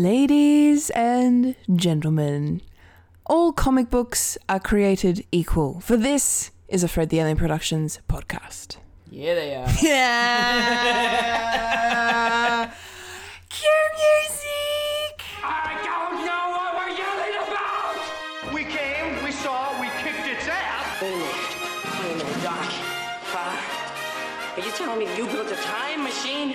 Ladies and gentlemen, all comic books are created equal. For this is a Fred the Alien Productions podcast. Yeah, they are. Yeah! music! I don't know what we're yelling about! We came, we saw, we kicked its ass! Wait a minute. Wait a minute, Doc. Father, are you telling me you built a time machine?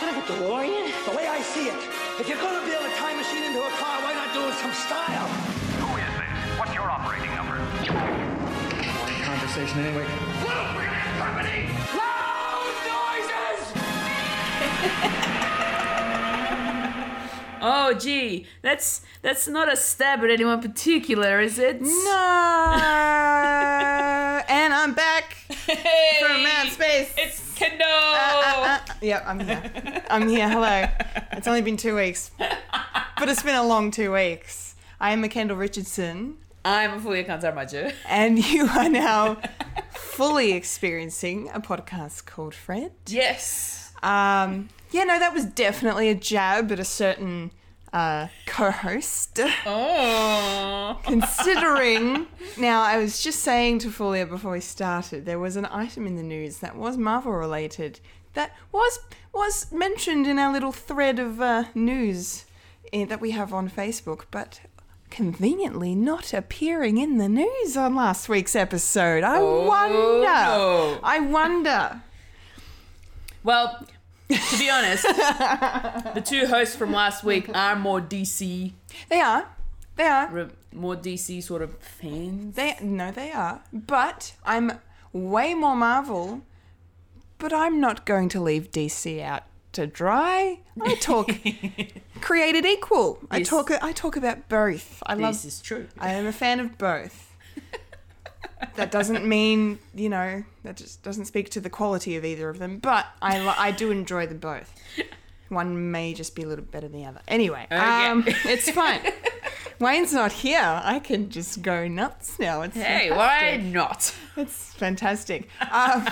Out of a DeLorean? The way I see it, if you're gonna build a time machine into a car, why not do it some style? Who is this? What's your operating number? conversation anyway. Loud noises! Oh, gee, that's that's not a stab at anyone particular, is it? No! and I'm back from outer space. It's Kendo. Uh, uh, yeah, I'm here. I'm here. Hello. It's only been two weeks, but it's been a long two weeks. I am Kendall Richardson, I'm Fulia Kantarmaju. and you are now fully experiencing a podcast called Fred. Yes. Um, yeah, no, that was definitely a jab at a certain uh, co-host. Oh. Considering now, I was just saying to Fulia before we started, there was an item in the news that was Marvel related that was was mentioned in our little thread of uh, news in, that we have on Facebook, but conveniently not appearing in the news on last week's episode. I no. wonder. I wonder. Well, to be honest, the two hosts from last week are more DC, They are. They are. re- more DC sort of fans. They no, they are. But I'm way more Marvel. But I'm not going to leave DC out to dry. I talk created equal. I Yes. talk I talk about both. I love This is true. I am a fan of both. that doesn't mean, you know, that just doesn't speak to the quality of either of them, but I lo- I do enjoy them both. One may just be a little better than the other. Anyway, um, it's fine. Wayne's not here. I can just go nuts now. It's Hey, why fantastic. not? It's fantastic. Um,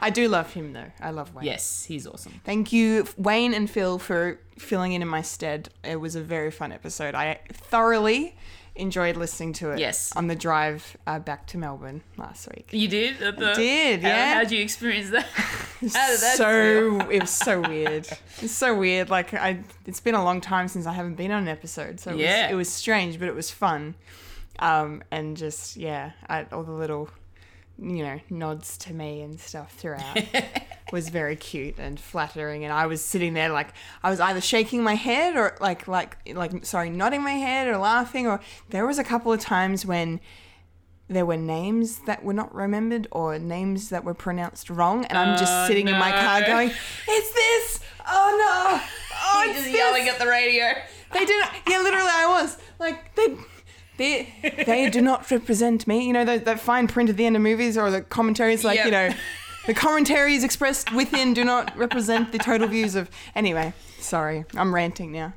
I do love him though. I love Wayne. Yes, he's awesome. Thank you, Wayne and Phil, for filling in in my stead. It was a very fun episode. I thoroughly enjoyed listening to it. Yes. Oh, On the drive uh, back to Melbourne last week. You did? At the, did, How- yeah. How'd you experience that? How did that so feel? it was so weird. It's so weird. Like I, it's been a long time since I haven't been on an episode, so it, Yeah. was, it was strange, but it was fun. Um, and just yeah, I, all the little, you know, nods to me and stuff throughout was very cute and flattering. And I was sitting there like I was either shaking my head or like like like sorry, nodding my head or laughing. Or there was a couple of times when there were names that were not remembered or names that were pronounced wrong, and I'm just Oh, sitting in my car no. going, "It's this! Oh no! Oh, He's it's just this!" yelling at the radio. They did. not Yeah, literally, I was like, they, they, they do not represent me. You know that that fine print at the end of movies or the commentaries, like you know, Yep. the commentaries expressed within do not represent the total views of. Anyway, sorry, I'm ranting now.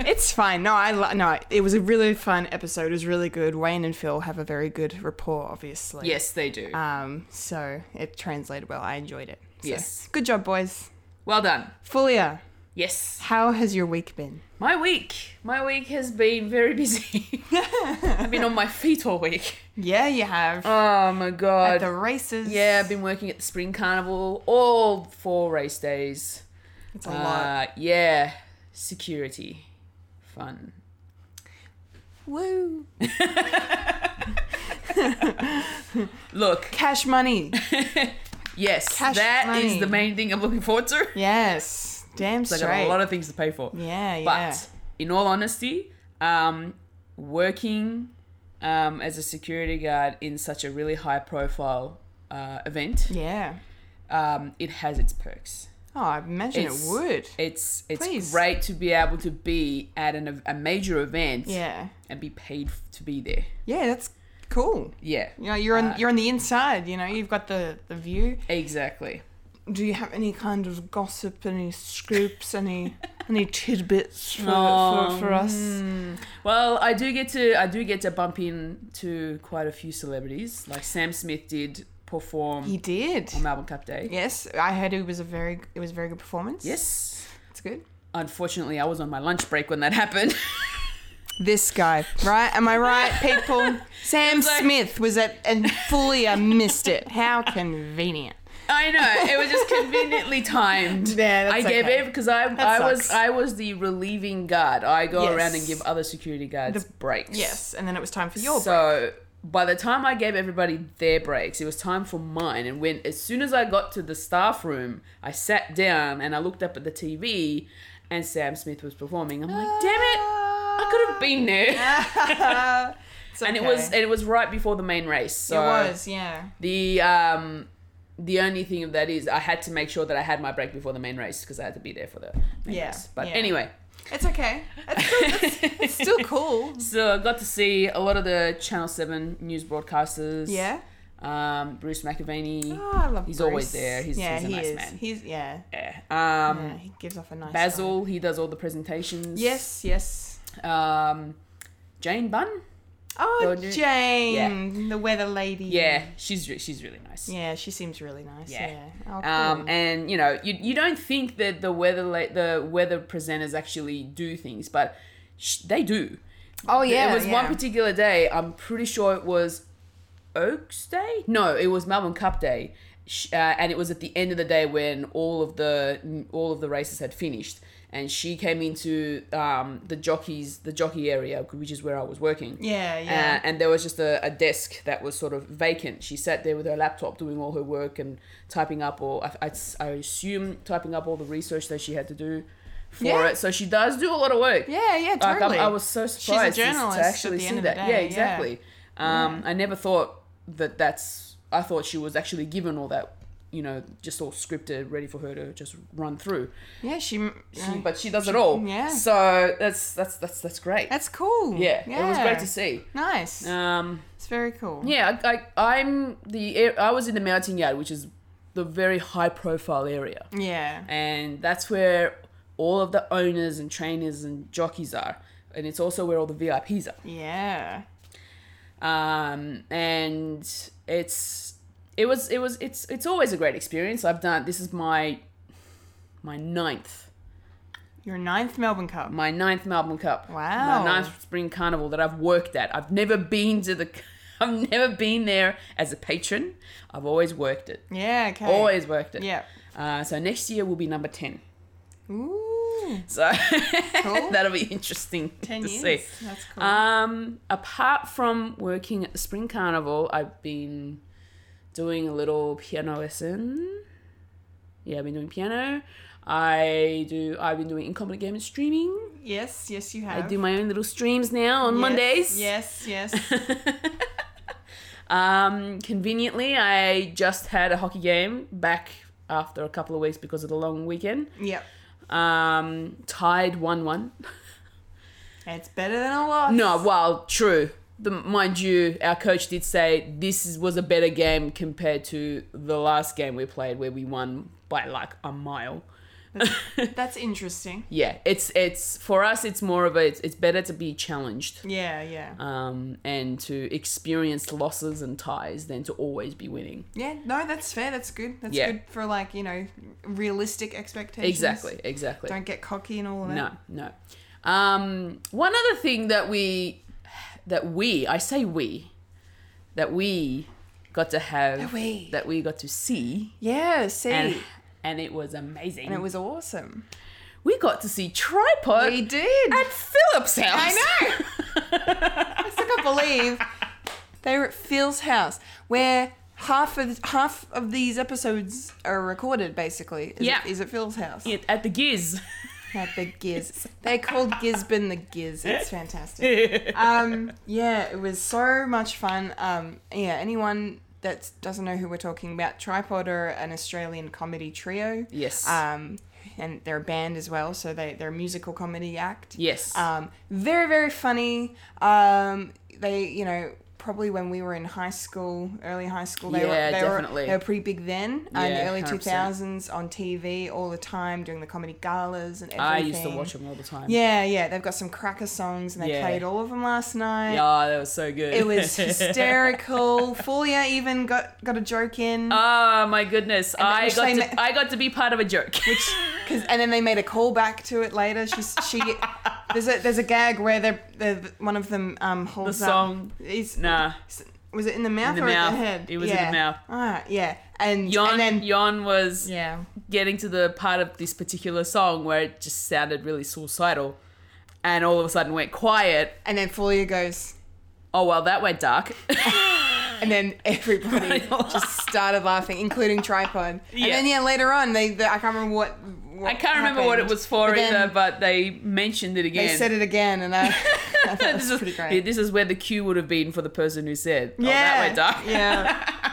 it's fine. No, I lo- no. It was a really fun episode. It was really good. Wayne and Phil have a very good rapport, obviously. Yes, they do. Um. So it translated well. I enjoyed it. So, Yes. Good job, boys. well done. Fulia, Yes. how has your week been? My week. My week has been very busy. I've been on my feet all week. Yeah, you have. Oh my at god. the races. yeah, I've been working at the spring carnival all four race days. it's a lot. Uh, yeah. Security. Fun. Woo! Look, Cash money. yes, that Cash is money. the main thing I'm looking forward to. Yes, damn I straight. got a lot of things to pay for. yeah, yeah. But in all honesty, um, working um, as a security guard in such a really high profile uh, event, yeah. um, it has its perks. Oh, I imagine it It's- would. It's it's Please. great to be able to be at an, ev- a major event yeah. and be paid f- to be there. Yeah, that's cool. Yeah, You know, you're Uh, on you're on the inside. You know, you've got the the view. exactly. Do you have any kind of gossip? Any scoops? Any any tidbits for Oh, for, for us? mm. Well, I do get to I do get to bump into quite a few celebrities. Like Sam Smith did perform He did. on Melbourne Cup Day. Yes, I heard it was a very it was a very good performance. Yes. it's good. Unfortunately, I was on my lunch break when that happened. This guy, right? Am I right, people? Sam like- Smith was at, and fully I missed it. How convenient. I know it was just conveniently timed. Yeah, that's I gave okay. it because I That I was sucks. I was the relieving guard. I go around and Yes. give other security guards breaks. Yes, and then it was time for your break. So by the time I gave everybody their breaks, it was time for mine. And when as soon as I got to the staff room, I sat down and I looked up at the TV, and Sam Smith was performing. I'm like, damn it, I could have been there. It's And it Ah, okay. was and it was right before the main race. So it was, yeah. the um the only thing of that is I had to make sure that I had my break before the main race because I had to be there for the main Yeah, race. But yeah. anyway, It's okay. It's still, it's, it's still cool. so I got to see a lot of the Channel Seven news broadcasters. Yeah. Um, Bruce McAvaney. Oh, I love. He's Bruce. always there. He's, yeah, he's a he nice is. man. He's yeah. Yeah. Um, yeah, he gives off a nice. vibe. Basil, he does all the presentations. Yes, yes. Um, Jane Bunn. Oh, Roger- Jane, the weather lady. Yeah, she's re- she's really nice. Yeah, she seems really nice. Yeah. Yeah. Oh, Um, cool. and you know, you, you don't think that the weather la- the weather presenters actually do things, but sh- they do. oh yeah. it was one yeah. particular day. I'm pretty sure it was Oaks Day. No, it was Melbourne Cup Day, Sh- uh, and it was at the end of the day when all of the all of the races had finished. And she came into um, the jockeys, the jockey area, which is where I was working. Yeah, Uh, yeah. and there was just a, a desk that was sort of vacant. She sat there with her laptop, doing all her work and typing up, or I, I, I assume typing up all the research that she had to do for Yeah. it. So she does do a lot of work. Yeah, yeah, Like, I'm- totally. I was so She's a surprised to- journalist to at actually the see end of the that. day, yeah, yeah. exactly. Um, I never thought that that's. I thought she was actually given all that, you know, just all scripted, ready for her to just run through. yeah, she. She, uh, but she does it all. yeah. So that's that's that's that's great. that's cool. yeah, It was great to see. Nice. Um, it's very cool. yeah, I, I, I'm the I was in the mountain yard, which is the very high profile area, Yeah. and that's where all of the owners and trainers and jockeys are, and it's also where all the VIPs are. Yeah. Um, and it's it was it was it's it's always a great experience. I've done this is my my ninth Your ninth Melbourne Cup. my ninth Melbourne Cup. My Wow. ninth spring carnival that I've worked at. I've never been to the. I've never been there as a patron. I've always worked it. Yeah. Okay. Always worked it. Yeah. Uh, so next year will be number ten. Ooh. So Cool. that'll be interesting Ten to years. see. That's cool. Um, apart from working at the spring carnival, I've been doing a little piano lesson. Yeah, I've been doing piano. I do. I've been doing incompetent gaming streaming. yes. Yes, you I have. do my own little streams now on Yes, Mondays. Yes. Yes. Um, conveniently, I just had a hockey game back after a couple of weeks because of the long weekend. yep. Um, tied one-one. It's better than a loss. No, well, true. The, mind you, our coach did say this is, was a better game compared to the last game we played where we won by like a mile. That's interesting. yeah, it's it's for us. It's more of a. It's, it's better to be challenged. Yeah. Yeah. um, and to experience losses and ties than to always be winning. Yeah, no, that's fair. That's good. That's Yeah. good for like you know realistic expectations. Exactly, exactly. Don't get cocky and all of that. no, no. Um, one other thing that we, that we, I say we, that we got to have, That we. that we got to see, Yeah, see, and, and it was amazing. and it was awesome. we got to see tripod. We did. at Philip's house. I know. I still can't believe they were at Phil's house where half of half of these episodes are recorded. Basically, is Yeah. it, is at Phil's house It- at the Giz. at the Giz. They called Gisborne the Giz. It's fantastic. Um, yeah, it was so much fun. Um, yeah, anyone that doesn't know who we're talking about, Tripod are an Australian comedy trio. Yes. Um, and they're a band as well, so they, they're a musical comedy act. Yes. Um, very, very funny. Um, they, you know, probably when we were in high school, early high school, they, Yeah, were, they, definitely. Were, they were pretty big then, uh, in Yeah, the early 100%. 2000s on TV all the time, doing the comedy galas and everything. I used to watch them all the time. Yeah, yeah. They've got some cracker songs and they Yeah. played all of them last night. Yeah, that was so good. It was hysterical. Fulia even got, got a joke in. Oh my goodness! I which got they to ma- I got to be part of a joke. Which Cause, and then they made a callback to it later. She's she. There's a there's a gag where they're, they're one of them um holds song. Up, he's, Nah. Was it in the mouth the or at mouth. the head? It was in the mouth. Ah, yeah. And Yon, and then Yon was yeah. getting to the part of this particular song where it just sounded really suicidal and all of a sudden went quiet. And then Folia goes, Oh, well, that went dark. and then everybody just started laughing, including Tripod. And then yeah, later on they, they I can't remember what. what I can't remember what it happened, was for then either, but Oh, they mentioned it they again. said it again, and I. I thought this, was is, pretty great. yeah, this is where the cue would have been for the person who said, oh, yeah. that went dark. Yeah.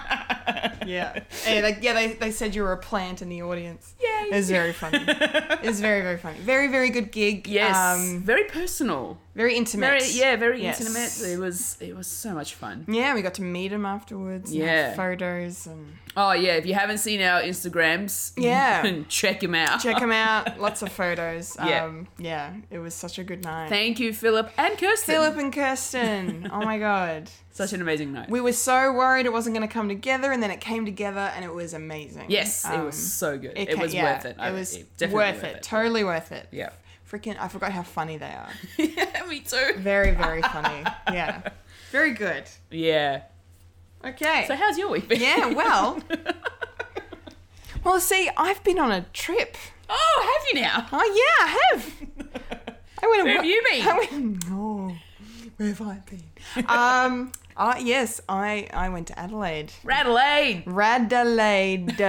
Yeah. Yeah, like, yeah they, they said you were a plant in the audience. Yay. It was very funny. It was very, very funny. Very, very good gig. Yes. Um, very personal. very intimate. Very, yeah, very Yes. intimate. It was, it was so much fun. Yeah, we got to meet him afterwards. and have Yeah. Photos and Oh, yeah. If you haven't seen our Instagrams, Yeah. check them out. check him out. Lots of photos. Yeah. Um, yeah, it was such a good night. Thank you, Philip and Kirsten. Philip and Kirsten. Oh my god. Such an amazing night. We were so worried it wasn't going to come together, and then it came together, and it was amazing. yes, it was Um, so good. It, ca- was yeah, worth it. I- It was definitely worth, it. Totally worth it. Yeah. Freaking, I forgot how funny they are. yeah, me too. Very, very funny. Yeah. Very good. Yeah. Okay. So how's your week been? yeah, well. Well, see, I've been on a trip. Oh, have you now? Oh, yeah, I have. I went Where have you been? I went, oh, where have I been? um, uh, yes, I, I went to Adelaide. Radelaide. Radelaide.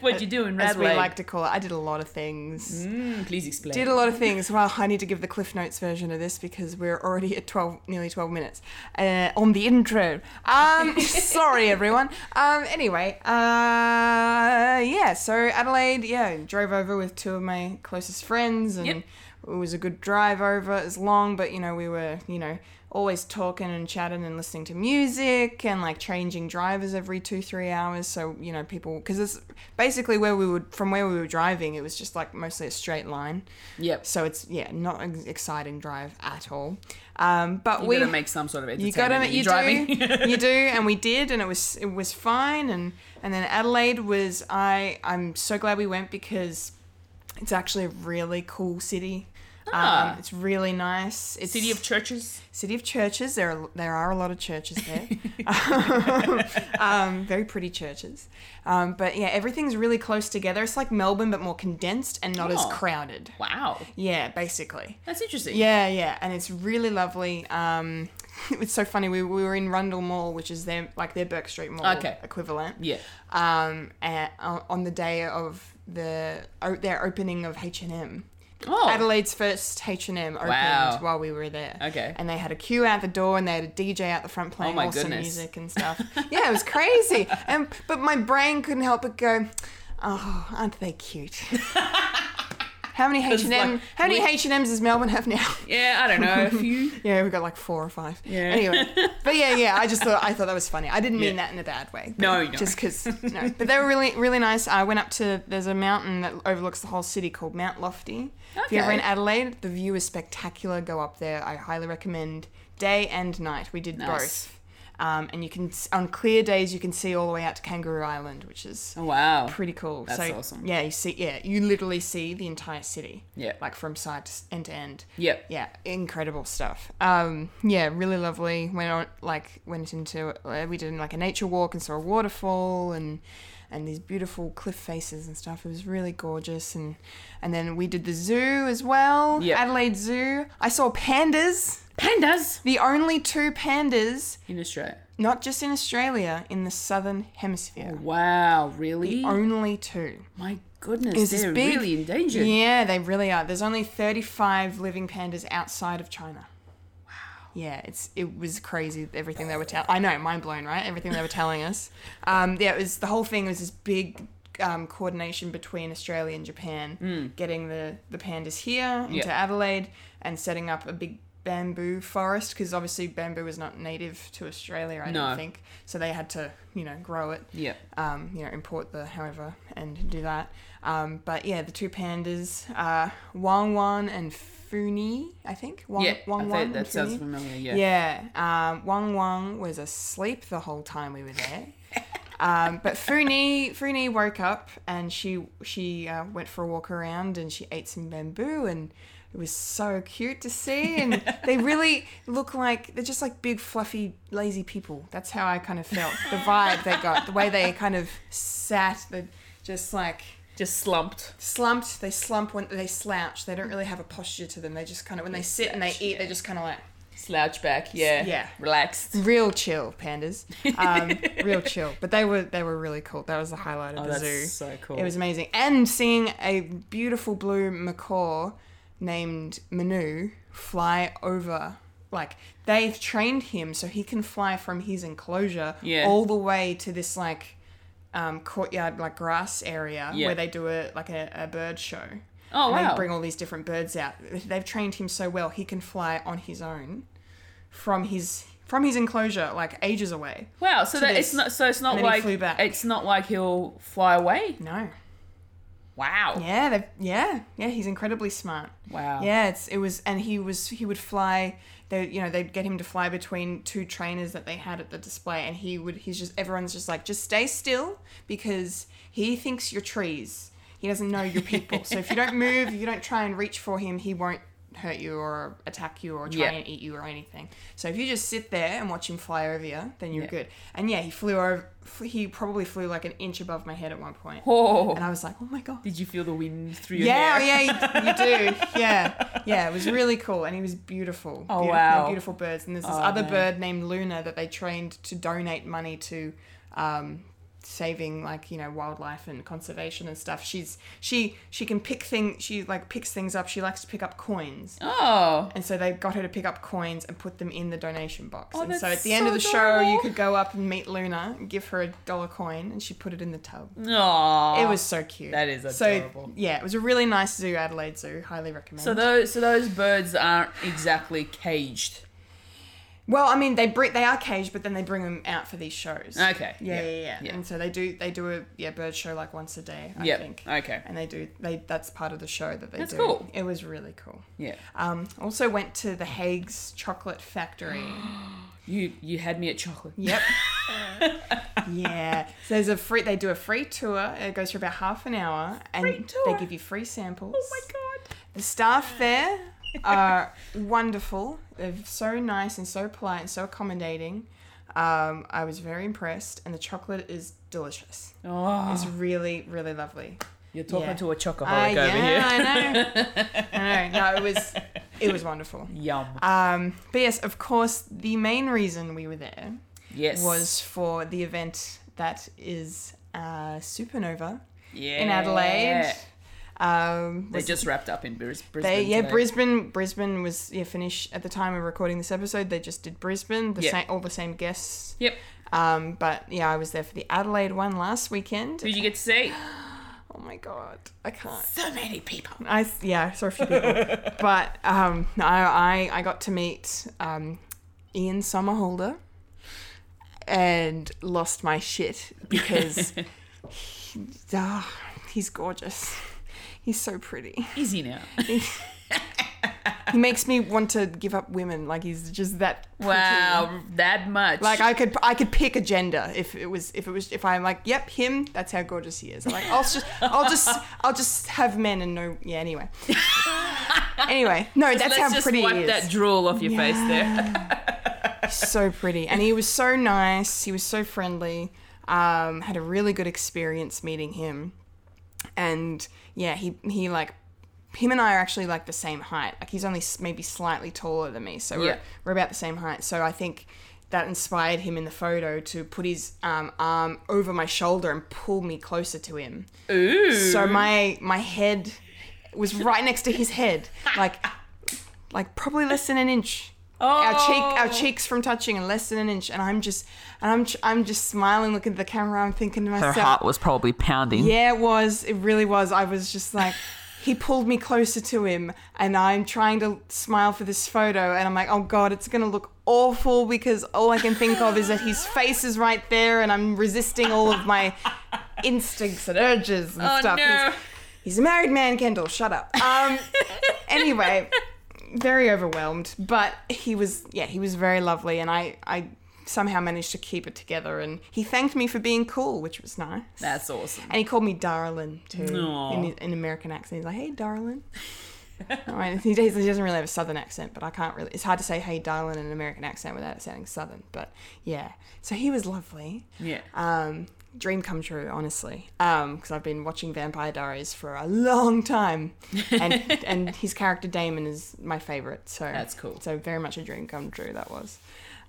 What'd you do in as we Radelaide? like to call it. I did a lot of things. Mm, please explain. Did a lot of things. Well, I need to give the Cliff Notes version of this because we're already at twelve, nearly twelve minutes uh, on the intro. Um, sorry, everyone. Um, anyway, uh, yeah. So Adelaide, yeah, drove over with two of my closest friends, and Yep. it was a good drive over. It was long, but you know we were, you know. Always talking and chatting and listening to music and like changing drivers every two three hours. So you know people because it's basically where we would from where we were driving. It was just like mostly a straight line. Yep. So it's yeah, not an exciting drive at all. Um, but you we gotta make some sort of you entertainment. gotta when you you're driving. do you do, and we did, and it was it was fine, and and then Adelaide was I I'm so glad we went because it's actually a really cool city. Ah. Um, it's really nice. It's City of Churches. city of churches. There are, there are a lot of churches there. um, very pretty churches. Um, but yeah, everything's really close together. It's like Melbourne, but more condensed and not as Oh. crowded. Wow, Yeah, basically. that's interesting. Yeah, yeah, and it's really lovely. Um, it's so funny. We, we were in Rundle Mall, which is their like their Burke Street Mall Okay. equivalent. Yeah. Um, and, uh, on the day of the o- their opening of H and M. Oh. Adelaide's first H and M opened Wow. while we were there. Okay. Oh And they had a queue out the door, and they had a DJ out the front playing my awesome goodness. music and stuff. yeah, it was crazy. And but my brain couldn't help but go, oh, aren't they cute? How many H It's and like M? How many we- H and M's does Melbourne have now? Yeah, I don't know. A few. Yeah, we got like four or five. Yeah. Anyway, but yeah, yeah. I just thought I thought that was funny. I didn't mean Yeah. that in a bad way. but No, no. Just because no. But they were really really nice. I went up to there's a mountain that overlooks the whole city called Mount Lofty. If you're ever Okay. in Adelaide, the view is spectacular. Go up there. I highly recommend day and night. We did Nice. both. Um, and you can s- on clear days you can see all the way out to Kangaroo Island, which is Oh, wow. pretty cool. That's so, awesome. Yeah, you see, yeah, you literally see the entire city. Yeah. like from side to s- end to end. Yep. Yeah, incredible stuff. Um, yeah, really lovely. Went on like went into uh, we did like a nature walk and saw a waterfall and and these beautiful cliff faces and stuff. It was really gorgeous and and then we did the zoo as well. Yeah. Adelaide Zoo. I saw pandas. Pandas The only two pandas, in Australia. not just in Australia, in the southern hemisphere. Wow, Oh, really? Only two. My goodness, There's this they're big- really endangered. Yeah, they really are. There's only 35 living pandas outside of China. Wow. Yeah, it's it was crazy. Everything they were telling. I know, mind blown, right? Everything they were telling us. Um, yeah, it was the whole thing was this big. Um, coordination between Australia and Japan, getting the, the pandas here into Hmm. Yeah. Adelaide and setting up a big bamboo forest because obviously bamboo is not native to Australia, I No. don't think. So they had to, you know, grow it Yep. um, you know, import the however and do that. Um, but yeah, the two pandas, uh, Wang Wan and Funi, I think. Wang, Yeah, I Wang thought Wan and that sounds Funi. familiar, yeah. Yeah. Um, Wang Wang was asleep the whole time we were there. Um, but Funi Funi woke up and she she uh, went for a walk around and she ate some bamboo and it was so cute to see and they really look like they're just like big fluffy lazy people. That's how I kind of felt the vibe they got the way they kind of sat the just like Just slumped. slumped they slump when they slouch they don't really have a posture to them they just kind of when they sit and they eat they're just kind of like Slouch back. Yeah. Yeah. Relaxed. real chill pandas um, real chill but they were they were really cool that was the highlight of the Oh, that's zoo so cool. it was amazing and seeing a beautiful blue macaw named manu fly over like they've trained him so he can fly from his enclosure Yeah. all the way to this like um, courtyard like grass area Yeah. where they do a like a, a bird show Oh, and wow. they bring all these different birds out. They've trained him so well he can fly on his own from his from his enclosure like ages away. Wow, so to that this. it's not so it's not And then he like flew back. it's not like he'll fly away. No. Wow. Yeah, they've, yeah, yeah. He's incredibly smart. Wow. Yeah, it's it was, and he was he would fly. They you know they'd get him to fly between two trainers that they had at the display, and he would he's just everyone's just like just stay still because he thinks you're trees. He doesn't know you're people, so if you don't move, if you don't try and reach for him, he won't hurt you or attack you or try Yeah. and eat you or anything. So if you just sit there and watch him fly over you, then you're Yeah. good. And yeah, he flew over. fl- He probably flew like an inch above my head at one point. Oh. And I was like, oh my god. Did you feel the wind through your Yeah, hair? yeah, you, you do. Yeah, yeah. It was really cool, and he was beautiful. Oh, Beautiful- wow. Oh, they're beautiful birds. And there's this other man. bird named Luna that they trained to donate money to, um, saving like you know wildlife and conservation and stuff. She's she she can pick things. She like picks things up. She likes to pick up coins. Oh. And so they got her to pick up coins and put them in the donation box. Oh, and so that's at the end so of the show, adorable. you could go up and meet Luna and give her a dollar coin, and she put it in the tub. No. It was so cute. Oh, That is So adorable. yeah, it was a really nice zoo, Adelaide Zoo. Highly recommend. So those so those birds aren't exactly caged. well, I mean, they bring they are caged, but then they bring them out for these shows. Okay, Yeah, yeah, yeah, yeah. yeah. And so they do they do a yeah bird show like once a day. I Yep, think. okay. And they do they that's part of the show that they That's do. cool. It was really cool. Yeah. Um, also went to the Hague's chocolate factory. You you had me at chocolate. Yep. yeah. So there's a free. They do a free tour. It goes for about half an hour, and Free tour. they give you free samples. Oh my god. The staff there are wonderful. They're so nice and so polite and so accommodating. Um, I was very impressed, and the chocolate is delicious. Oh, It's really, really lovely. you're talking yeah. to a chocoholic I- over here. yeah, I know. I know. No, it was, it was wonderful. Yum. Um, but yes, of course, the main reason we were there yes. was for the event that is uh, Supernova yeah. in Adelaide. Um, They was- just wrapped up in Bris- Brisbane. they, yeah, today. Brisbane. Brisbane was yeah finished at the time of recording this episode. They just did Brisbane, the Yeah. same all the same guests. Yep. Um, but yeah, I was there for the Adelaide one last weekend. Who'd you get to see? Oh my god, I can't. So many people. I yeah, I saw a few people, but um, no, I I got to meet um, Ian Somerhalder, and lost my shit because he- ah, he's gorgeous. He's so pretty. Easy now. He makes me want to give up women. Like he's just that. pretty. Wow, that much. Like I could, I could pick a gender if it was, if it was, if I'm like, yep, him. That's how gorgeous he is. I'm like, I'll just, I'll just, I'll just have men and no, yeah. Anyway, anyway, no, that's Let's how just pretty wipe he is. that drool off your face there. so pretty, and he was so nice. He was so friendly. Um, had a really good experience meeting him, and yeah, he he like. Him and I are actually like the same height. Like he's only s- maybe slightly taller than me, so Yeah. we're, we're about the same height. So I think that inspired him in the photo to put his um, arm over my shoulder and pull me closer to him. Ooh. So my my head was right next to his head, like like probably less than an inch. Our cheek, Oh. our cheeks from touching, and less than an inch, and I'm just, and I'm, I'm just smiling, looking at the camera. I'm thinking to myself, was probably pounding. yeah, it was. It really was. I was just like, he pulled me closer to him, and I'm trying to smile for this photo, and I'm like, oh god, it's gonna look awful because all I can think of is that his face is right there, and I'm resisting all of my instincts and urges and Oh, stuff. no. He's, he's a married man, Kendall. Shut up. Um, anyway, very overwhelmed, but he was, yeah, he was very lovely, and I, I somehow managed to keep it together. And he thanked me for being cool, which was nice. That's awesome. And he called me darling too Aw. in an American accent. He's like, "Hey, darling." All right, he does- he doesn't really have a southern accent, but I can't really. It's hard to say "Hey, darling" in an American accent without it sounding southern. But yeah, so he was lovely. Yeah. Um, dream come true, honestly. Um, because I've been watching Vampire Diaries for a long time, and and his character Damon is my favorite. So That's cool. So very much a dream come true that was.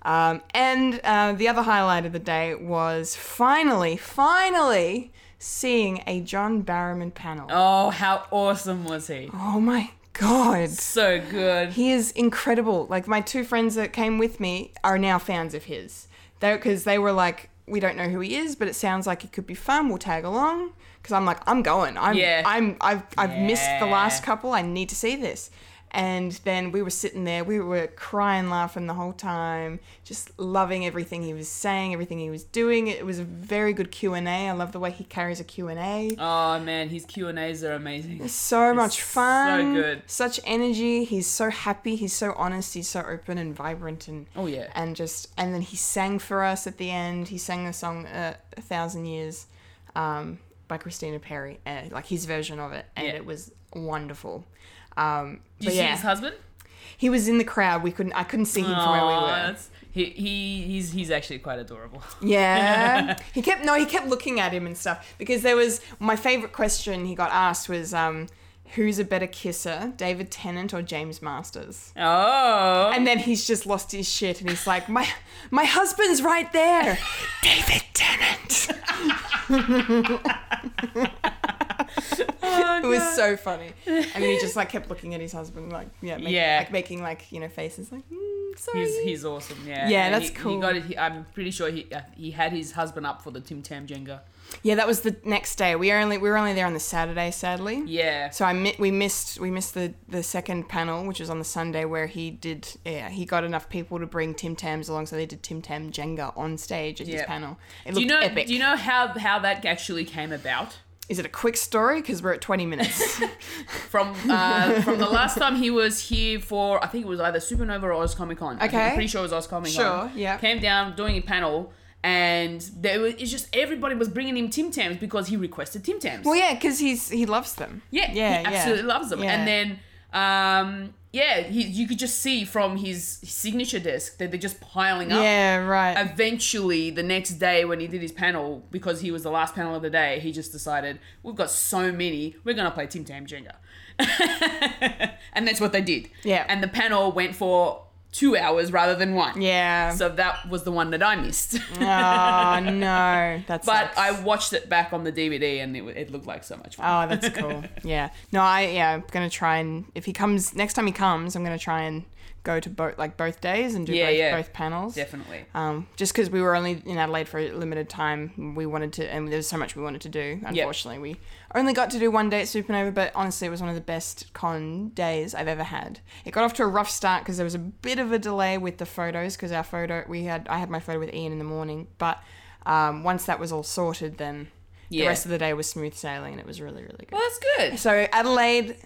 Um, and uh, the other highlight of the day was finally, finally seeing a John Barrowman panel. Oh, Oh, how awesome was he? my god. So good. Oh. He is incredible. Like my two friends that came with me are now fans of his. Because they were like, we don't know who he is, but it sounds like it could be fun. We'll tag along. Because I'm like, I'm going. I'm, Yeah. I'm, I've, I've missed the Yeah. last couple. I need to see this. And then we were sitting there. We were crying, laughing the whole time, just loving everything he was saying, everything he was doing. It was a very good Q and A. I love the way he carries a Q and A Oh man, his Q and A's are amazing. so It's much fun. So good. Such energy. He's so happy. He's so honest. He's so open and vibrant and Oh, yeah. and just and then he sang for us at the end. He sang the song uh, "A Thousand Years" um, by Christina Perry, uh, like his version of it, and Yeah. it was wonderful. Um, Did you but see yeah, his husband? he was in the crowd. We couldn't. I couldn't see him from where we Aw, were. that's- he, he he's he's actually quite adorable. Yeah. he kept no, he kept looking at him and stuff because there was my favorite question he got asked was um who's a better kisser, David Tennant or James Masters? Oh, And then he's just lost his shit and he's like, "My my husband's right there. David Tennant." Oh, It was God. so funny. And then he just like kept looking at his husband like, yeah, make, Yeah. like making like, you know, faces like, mm, "Sorry." He's, he's awesome, yeah. Yeah, And that's he, He cool. got it. He, I'm pretty sure he uh, he had his husband up for the Tim Tam Jenga. yeah, that was the next day. We only we were only there on the Saturday, sadly. Yeah. So I mi- we missed we missed the the second panel, which was on the Sunday where he did yeah he got enough people to bring Tim Tams along, so they did Tim Tam Jenga on stage at his Yeah. panel. It do you looked know? epic. Do you know how how that actually came about? Is it a quick story? Because we're at twenty minutes. From uh, from the last time he was here for, I think it was either Supernova or Oz Comic Con. Okay. I'm pretty sure it was Oz Comic Con. Sure, yeah. Came down doing a panel. And there was, it's just everybody was bringing him Tim Tams because he requested Tim Tams. well, yeah, because he's he loves them. Yeah, yeah, he absolutely loves them. Yeah. And then, um, yeah, he, you could just see from his signature desk that they're just piling up. yeah, right. Eventually, the next day when he did his panel, because he was the last panel of the day, he just decided we've got so many, we're gonna play Tim Tam Jenga, and that's what they did. Yeah. and the panel went for two hours rather than one. yeah. so that was the one that I missed. oh no, that's but I watched it back on the DVD, and it, w- it looked like so much fun. Oh, that's cool. Yeah. No, I yeah, I'm gonna try and if he comes next time he comes, I'm gonna try and go to both like both days and do Yeah, both, yeah. both panels. Definitely. Um, just because we were only in Adelaide for a limited time, we wanted to, and there was so much we wanted to do. Unfortunately, we only got to do one day at Supernova, but honestly, it was one of the best con days I've ever had. It got off to a rough start because there was a bit of a delay with the photos because our photo we had I had my photo with Ian in the morning, but um, once that was all sorted, then the Yeah. rest of the day was smooth sailing, and it was really really good. Well, that's good. So Adelaide,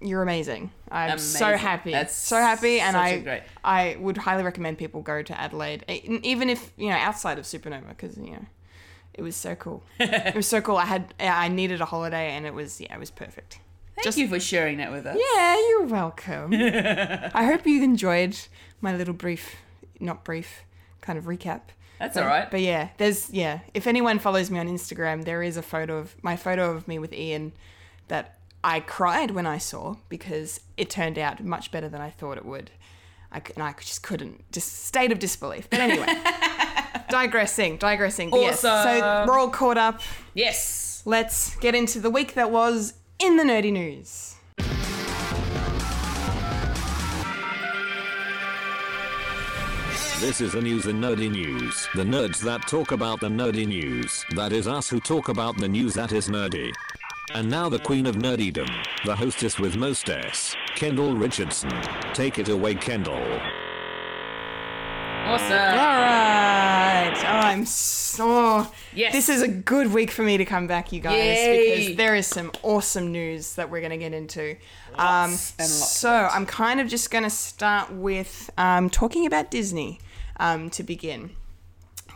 you're amazing. I'm so Amazing. happy. That's so happy, and such I a great- I would highly recommend people go to Adelaide, e- even if you know outside of Supernova, because you know it was so cool. it was so cool. I had I needed a holiday, and it was yeah, it was perfect. Thank Just- you for sharing that with us. Yeah, you're welcome. I hope you enjoyed my little brief, not brief, kind of recap. That's But- all right. But yeah, there's yeah. If anyone follows me on Instagram, there is a photo of my photo of me with Ian that I cried when I saw because it turned out much better than I thought it would. I, c- and I just couldn't, just state of disbelief. But anyway, digressing, digressing. But Yes, so Awesome. we're all caught up. Yes. Let's get into the week that was in the nerdy news. This is the news in nerdy news. The nerds that talk about the nerdy news. That is us who talk about the news that is nerdy. And now the queen of nerdydom, the hostess with most S, Kendall Richardson. Take it away, Kendall. Awesome. All right. Oh, I'm so. Yes. This is a good week for me to come back, you guys, Yay. because there is some awesome news that we're going to get into. um, and lots of so I'm kind of just going to start with um, talking about Disney. um, to begin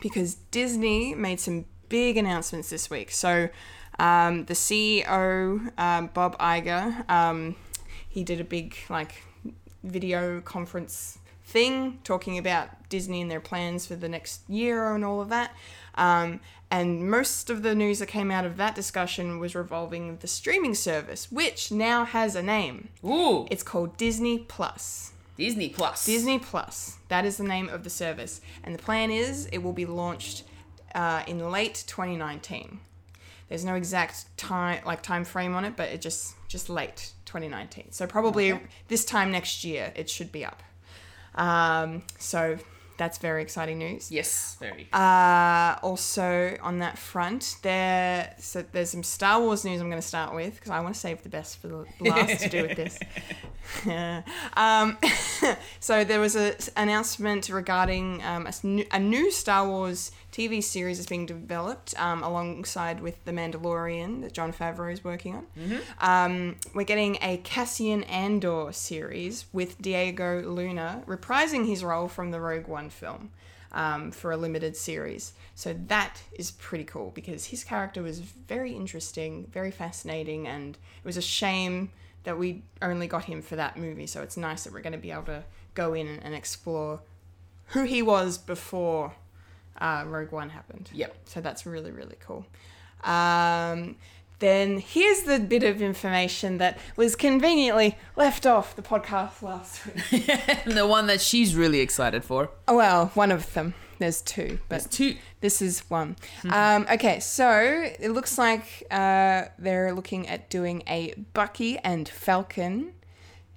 because Disney made some big announcements this week. So, um, the CEO, um, Bob Iger, um, he did a big like video conference thing talking about Disney and their plans for the next year and all of that. Um, and most of the news that came out of that discussion was revolving the streaming service, which now has a name. Ooh, It's called Disney Plus. Disney Plus. Disney Plus. That is the name of the service, and the plan is it will be launched uh, in late 2019. There's no exact time like time frame on it, but it just just late 2019. So probably this time next year it should be up. Um, so that's very exciting news. Yes, very. Uh, also on that front, there so there's some Star Wars news I'm going to start with because I want to save the best for the last to do with this. um, so there was an announcement regarding um, a, s- new, a new Star Wars TV series is being developed um, alongside with The Mandalorian that John Favreau is working on. Um, we're getting a Cassian Andor series with Diego Luna reprising his role from the Rogue One film um, for a limited series. So that is pretty cool because his character was very interesting, very fascinating, and it was a shame that we only got him for that movie. So it's nice that we're going to be able to go in and explore who he was before uh, Rogue One happened. Yep. So that's really, really cool. Um, then here's the bit of information that was conveniently left off the podcast last week. and the one that she's really excited for. Oh, well, one of them. There's two, but There's two. This is one. Um, okay, so it looks like uh, they're looking at doing a Bucky and Falcon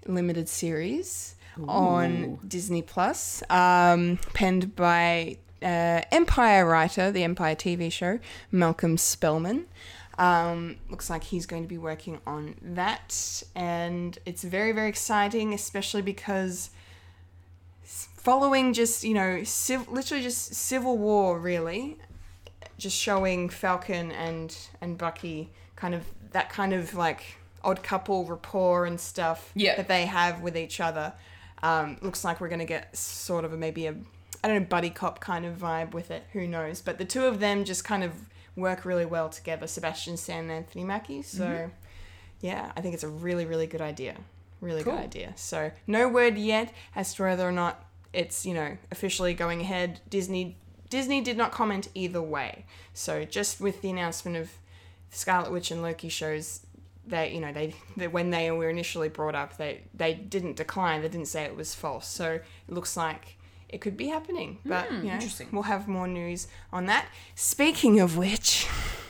limited series on Disney Plus, um, penned by uh, Empire writer, the Empire TV show, Malcolm Spellman. Um, looks like he's going to be working on that, and it's very, very exciting, especially because following just you know civ- literally just civil war really just showing falcon and and bucky kind of that kind of like odd couple rapport and stuff Yeah. that they have with each other um, looks like we're going to get sort of a, maybe a i don't know buddy cop kind of vibe with it who knows but the two of them just kind of work really well together sebastian stan and anthony mackie so yeah, I think it's a really, really good idea. Really Cool. good idea. So, no word yet as to whether or not it's, you know, officially going ahead. Disney Disney did not comment either way. So, just with the announcement of Scarlet Witch and Loki shows that, you know, they, that when they were initially brought up, they they didn't decline. They didn't say it was false. So, it looks like it could be happening. But, you know, Hmm, interesting. we'll have more news on that. Speaking of which,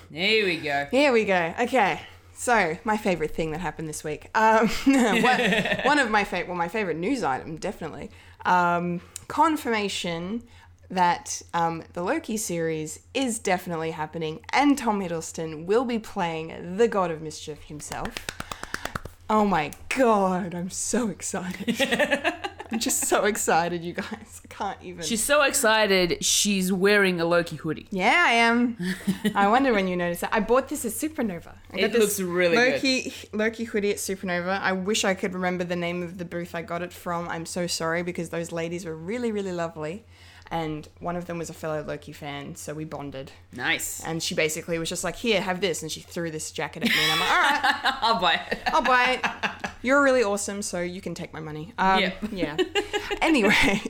There we go. here we go. Okay. So, my favorite thing that happened this week. Um, one, one of my favorite, well, my favorite news item, definitely. Um, confirmation that um, the Loki series is definitely happening and Tom Hiddleston will be playing the God of Mischief himself. Oh my God, I'm so excited. I'm just so excited, you guys. I can't even. She's so excited. She's wearing a Loki hoodie. Yeah, I am. I wonder when you notice that. I bought this at Supernova. I It this looks really good. Loki, Loki hoodie at Supernova. I wish I could remember the name of the booth I got it from. I'm so sorry because those ladies were really, really lovely. And one of them was a fellow Loki fan, so we bonded. Nice. And she basically was just like, Here, have this. And she threw this jacket at me. And I'm like, All right, I'll buy it. I'll buy it. Oh, You're really awesome, so you can take my money. Um, Yep. yeah. Anyway,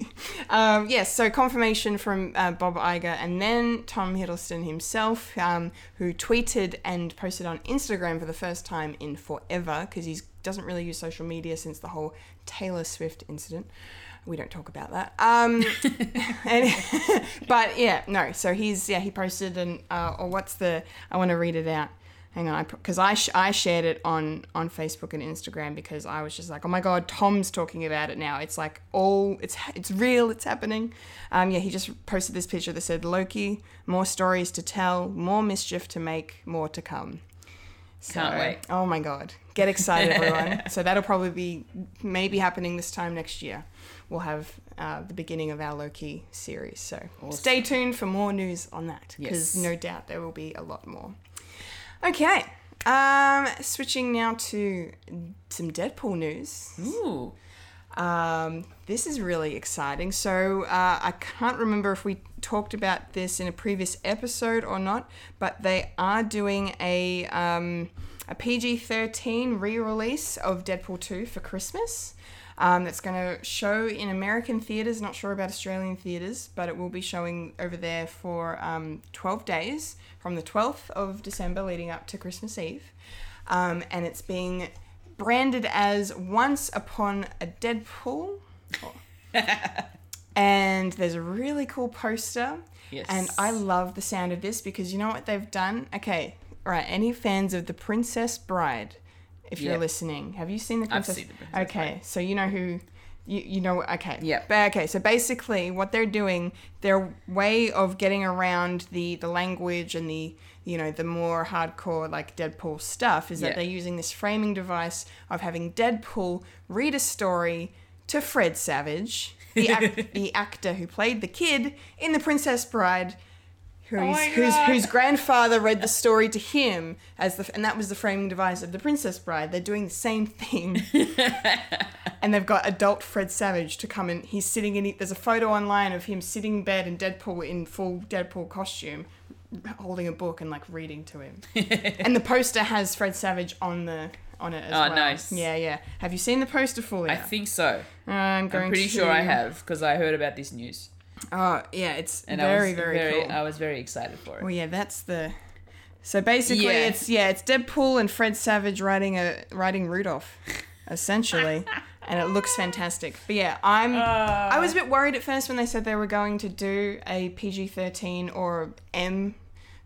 um, yes, so confirmation from uh, Bob Iger and then Tom Hiddleston himself, um, who tweeted and posted on Instagram for the first time in forever because he doesn't really use social media since the whole Taylor Swift incident. We don't talk about that. Um, and, but yeah, no. So he's yeah he posted and uh, or what's the I want to read it out. Hang on, because I, sh- I shared it on on Facebook and Instagram because I was just like, oh my god, Tom's talking about it now. It's like all it's it's real, it's happening. Um, yeah, he just posted this picture that said Loki, more stories to tell, more mischief to make, more to come. Can't So- wait. Oh my god. Get excited, everyone. so that'll probably be maybe happening this time next year. We'll have uh, the beginning of our Loki series. So stay tuned for more news on that because Yes. no doubt there will be a lot more. Okay. Um, switching now to some Deadpool news. Ooh. Um, this is really exciting. So uh, I can't remember if we talked about this in a previous episode or not, but they are doing a um, a PG thirteen re release of Deadpool two for Christmas. Um, that's going to show in American theaters. Not sure about Australian theaters, but it will be showing over there for um, twelve days from the twelfth of December leading up to Christmas Eve, um, and it's being branded as Once Upon a Deadpool. and there's a really cool poster. Yes. And I love the sound of this because you know what they've done? Okay, all right, any fans of The Princess Bride, if you're Yep. listening, have you seen The Princess? seen The Princess okay, so you know who. You, you know okay Yep. Ba- okay so basically what they're doing their way of getting around the the language and the you know the more hardcore like Deadpool stuff is Yeah. that they're using this framing device of having Deadpool read a story to Fred Savage, the, ac- the actor who played the kid in The Princess Bride, whose, whose, whose grandfather read the story to him, as the, and that was the framing device of The Princess Bride. They're doing the same thing. and they've got adult Fred Savage to come in. He's sitting in, there's a photo online of him sitting in bed in Deadpool, in full Deadpool costume. Holding a book and like reading to him, and the poster has Fred Savage on the on it as Oh, well. nice. Yeah, yeah. Have you seen the poster for you? I think so. I'm going. I'm pretty to- sure I have because I heard about this news Oh yeah, it's and very I was very, cool. I was very excited for it. well, yeah, that's the. So basically, Yeah. it's yeah, it's Deadpool and Fred Savage riding a riding Rudolph, essentially, and it looks fantastic. But yeah, I'm I Uh. was a bit worried at first when they said they were going to do a PG-13 or M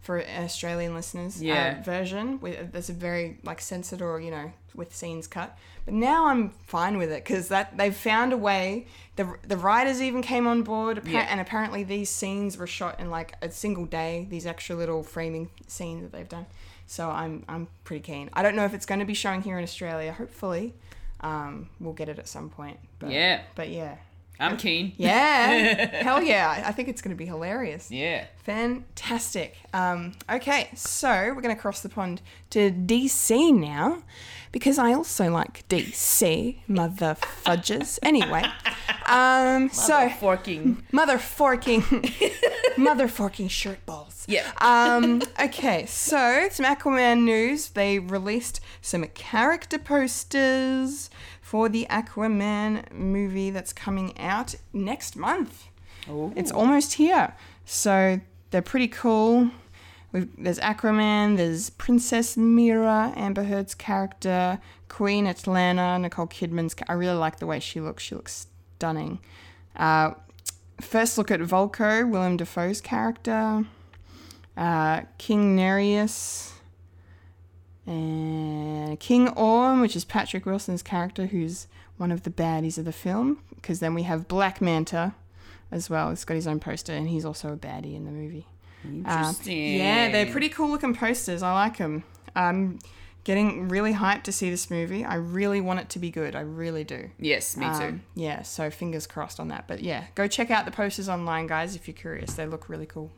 for Australian listeners Yeah. uh, version with that's a very like censored or you know with scenes cut. But now I'm fine with it because that they've found a way. the The writers even came on board, appar- Yeah. and apparently these scenes were shot in like a single day. These extra little framing scenes that they've done. So I'm I'm pretty keen. I don't know if it's going to be showing here in Australia. Hopefully, um, we'll get it at some point. But, Yeah, But yeah. I'm keen. Yeah. Hell yeah. I- I think it's going to be hilarious. Yeah. Fantastic. Um, okay, so we're going to cross the pond to DC now because I also like DC, mother fudges. Anyway, um, so Forking. mother forking, mother forking shirt balls. Yeah. Um, okay, so some Aquaman news. They released some character posters for the Aquaman movie that's coming out next month. It's almost here. So they're pretty cool. We've, there's Aquaman, there's Princess Mira, Amber Heard's character, Queen Atlanta, Nicole Kidman's. ca- I really like the way she looks. She looks stunning. Uh, first look at Volko, Willem Dafoe's character, uh, King Nereus, and King Orm, which is Patrick Wilson's character, who's one of the baddies of the film. Because then we have Black Manta as well. He's got his own poster, and he's also a baddie in the movie. Um, Interesting. yeah, they're pretty cool looking posters. I like them. I'm getting really hyped to see this movie. I really want it to be good. I really do. Yes, me too. Um, yeah, so fingers crossed on that. But yeah, go check out the posters online, guys, if you're curious. They look really cool.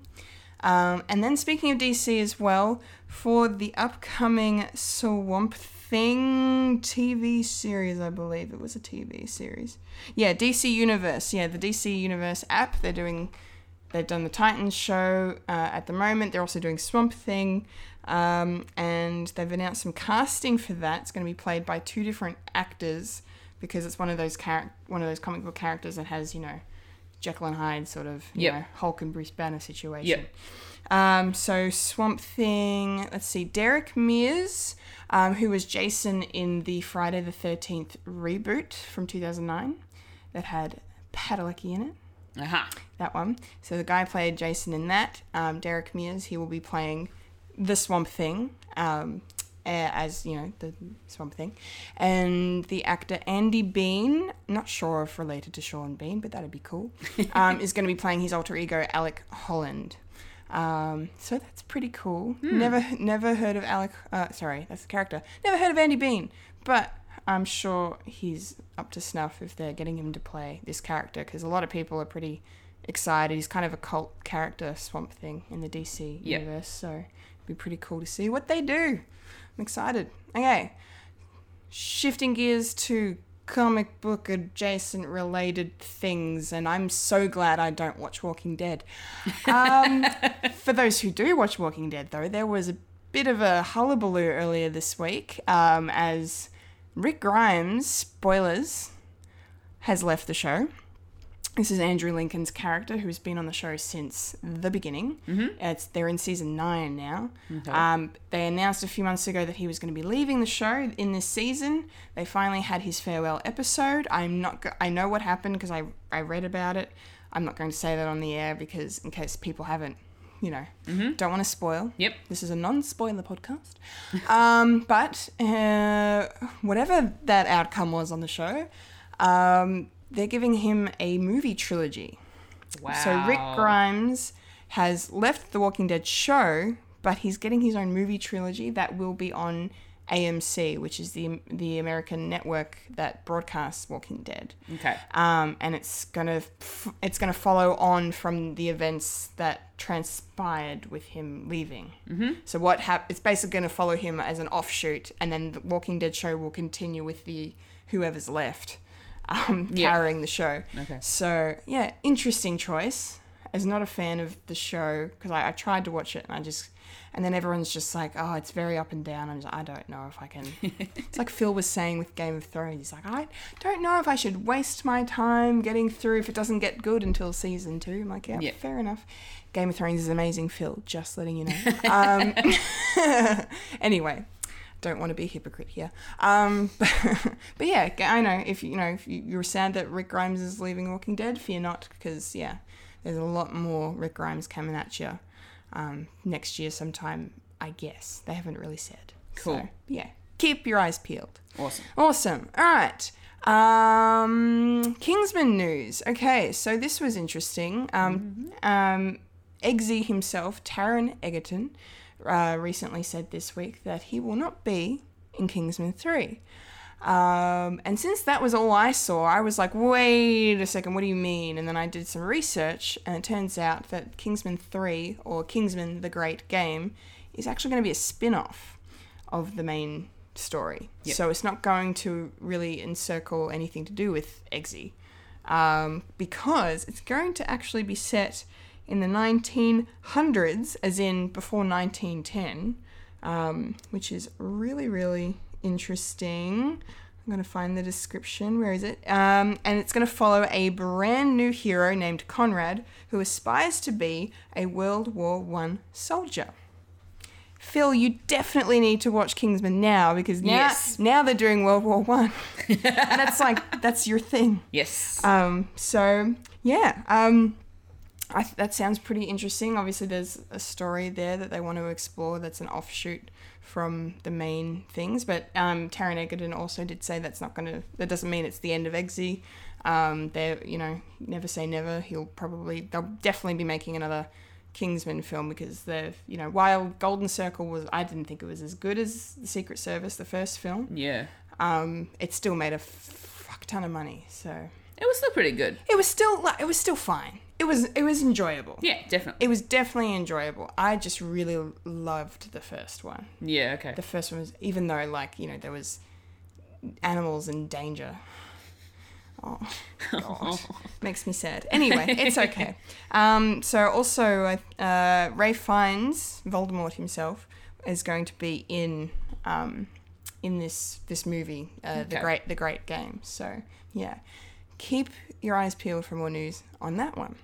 Um, and then speaking of DC as well, for the upcoming Swamp Thing TV series, I believe it was a TV series. Yeah, DC Universe. Yeah, the DC Universe app. They're doing, they've done the Titans show uh, at the moment. They're also doing Swamp Thing, um, and they've announced some casting for that. It's going to be played by two different actors because it's one of those char- one of those comic book characters that has you know Jekyll and Hyde sort of you Yep. know Hulk and Bruce Banner situation. Yep. Um, so Swamp Thing. Let's see, Derek Mears, um, who was Jason in the Friday the Thirteenth reboot from two thousand nine, that had Padalecki in it. Aha. That one. So the guy played Jason in that. Um, Derek Mears. He will be playing the Swamp Thing. Um, a- as you know, the Swamp Thing, and the actor Andy Bean, not sure if related to Sean Bean, but that'd be cool, um, is going to be playing his alter ego Alec Holland. Um, so that's pretty cool. Never, never heard of Alec. Uh, sorry, that's the character. Never heard of Andy Bean, but I'm sure he's up to snuff if they're getting him to play this character because a lot of people are pretty excited. He's kind of a cult character, Swamp Thing in the DC Yeah. universe. So it'd be pretty cool to see what they do. I'm excited. Okay, shifting gears to comic book adjacent related things, and I'm so glad I don't watch Walking Dead. Um, for those who do watch Walking Dead, though, there was a bit of a hullabaloo earlier this week um, as Rick Grimes, spoilers, has left the show. This is Andrew Lincoln's character who's been on the show since the beginning. Mm-hmm. It's, they're in season nine now. Um, they announced a few months ago that he was going to be leaving the show in this season. They finally had his farewell episode. I'm not. Go- I know what happened because I I read about it. I'm not going to say that on the air because in case people haven't, you know, don't want to spoil. Yep. This is a non-spoiler podcast. um, but uh, whatever that outcome was on the show, um, they're giving him a movie trilogy. Wow. So Rick Grimes has left The Walking Dead show, but he's getting his own movie trilogy that will be on AMC, which is the the American network that broadcasts Walking Dead. Okay. Um, and it's gonna f- it's gonna follow on from the events that transpired with him leaving. Mm-hmm. So what hap- It's basically gonna follow him as an offshoot, and then the Walking Dead show will continue with the whoever's left um, Yeah. carrying the show. Okay. So yeah, interesting choice. As not a fan of the show because I, I tried to watch it and I just and then everyone's just like, oh, it's very up and down. I'm just, I don't know if I can. it's like Phil was saying with Game of Thrones. He's like, I don't know if I should waste my time getting through if it doesn't get good until season two. I'm like, yeah, Yeah. fair enough. Game of Thrones is amazing, Phil. Just letting you know. Um, anyway, don't want to be a hypocrite here. Um, but, yeah, g- I know if you know if you, you're sad that Rick Grimes is leaving Walking Dead, fear not, because yeah, there's a lot more Rick Grimes coming at you um, next year sometime. I guess they haven't really said. Cool. So, yeah, keep your eyes peeled. Awesome. Awesome. All right. Um, Kingsman news. Okay, so this was interesting. Um, Mm-hmm. um, Eggsy himself, Taron Egerton, uh, recently said this week that he will not be in Kingsman 3. Um, and since that was all I saw, I was like, wait a second, what do you mean? And then I did some research, and it turns out that Kingsman 3, or Kingsman the Great Game, is actually going to be a spin off of the main story. So it's not going to really encircle anything to do with Eggsy. Um, because it's going to actually be set in the 1900s, as in before 1910, um, which is really, really interesting. I'm going to find the description. Where is it? Um, and it's going to follow a brand new hero named Conrad who aspires to be a World War One soldier. Phil, you definitely need to watch Kingsman now because now, Yes. now they're doing World War One. that's like that's your thing. Yes. Um, so yeah, um, I th- that sounds pretty interesting. Obviously, there's a story there that they want to explore. That's an offshoot from the main things. But um, Taron Egerton also did say that's not going to. That doesn't mean it's the end of Eggsy. Um, they, you know, never say never. He'll probably they'll definitely be making another Kingsman film because they've, you know, while Golden Circle was, I didn't think it was as good as the Secret Service, the first film. yeah. Um, it still made a fuck ton of money. So It was still pretty good. it was still like it was still fine. It was it was enjoyable. Yeah, definitely. It was definitely enjoyable. I just really loved the first one. yeah, okay. The first one was even though like, you know, there was animals in danger. Oh god. Makes me sad. Anyway, it's okay. Um, so also uh, uh, Ray Fiennes, Voldemort himself, is going to be in um, in this this movie, uh, the Okay. great the great game. So yeah, keep your eyes peeled for more news on that one.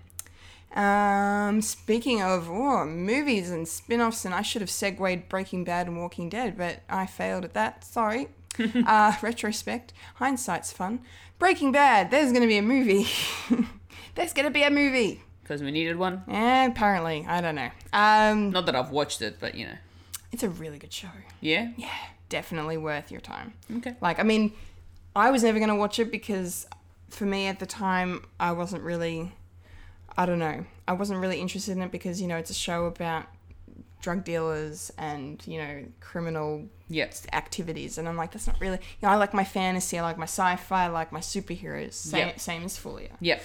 Um, speaking of oh, movies and spin-offs, and I should have segued Breaking Bad and Walking Dead, but I failed at that. Sorry. uh, retrospect, hindsight's fun. Breaking Bad, there's going to be a movie. there's going to be a movie. Because we needed one. Eh, apparently, I don't know. Um, Not that I've watched it, but you know. it's a really good show. Yeah? Yeah, definitely worth your time. Okay. Like, I mean, I was never going to watch it because for me at the time, I wasn't really, I don't know, I wasn't really interested in it because, you know, it's a show about drug dealers and, you know, criminal Yeah. activities. And I'm like, that's not really, you know, I like my fantasy, I like my sci fi, I like my superheroes, same, Yep. same as Fulia. Yeah.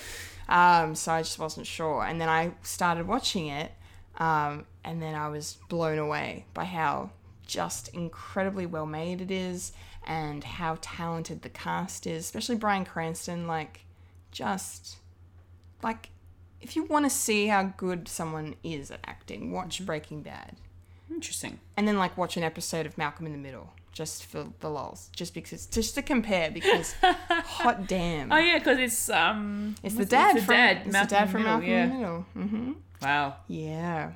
Um, so I just wasn't sure. And then I started watching it, um, and then I was blown away by how just incredibly well made it is and how talented the cast is, especially Brian Cranston. Like, just like if you want to see how good someone is at acting, Mm-hmm. watch Breaking Bad Interesting. and then like watch an episode of Malcolm in the Middle just for the lols, just because it's just to compare. Because hot damn, Oh yeah, because it's um, it's the what's- dad it's from dad, it's the Malcolm dad in from the Malcolm Middle, in the Middle. hmm yeah. Wow. Yeah.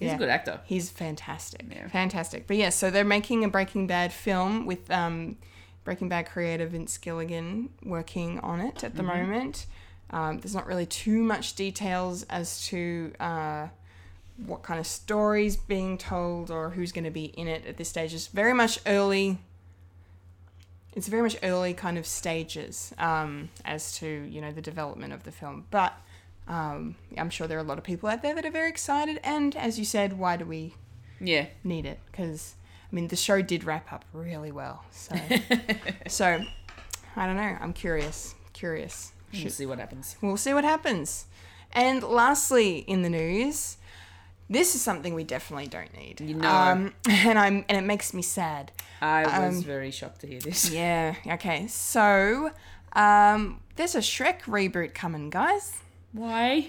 He's a Yeah. good actor. He's fantastic. Yeah. Fantastic. But yeah, so they're making a Breaking Bad film with um, Breaking Bad creator Vince Gilligan working on it Mm-hmm. at the moment. Um, there's not really too much details as to uh, what kind of stories being told or who's going to be in it at this stage. It's very much early. It's very much early kind of stages um, as to you know the development of the film, but um, I'm sure there are a lot of people out there that are very excited. And as you said, why do we Yeah. need it? Because I mean, the show did wrap up really well. So, so I don't know. I'm curious. Curious. We'll see what happens. We'll see what happens. And lastly, in the news, this is something we definitely don't need. You know. um, and I'm and it makes me sad. I was very shocked to hear this. Yeah. Okay. So, um, there's a Shrek reboot coming, guys. Why?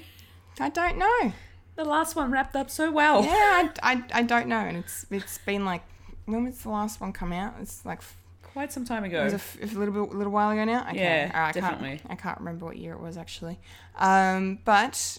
I don't know. The last one wrapped up so well. Yeah, I, I, I don't know, and it's it's been like when was the last one come out? It's like f- Quite some time ago. it was a, f- a little bit a little while ago now. Okay. Oh. Yeah, All right, definitely. I can't, I can't remember what year it was actually, um, but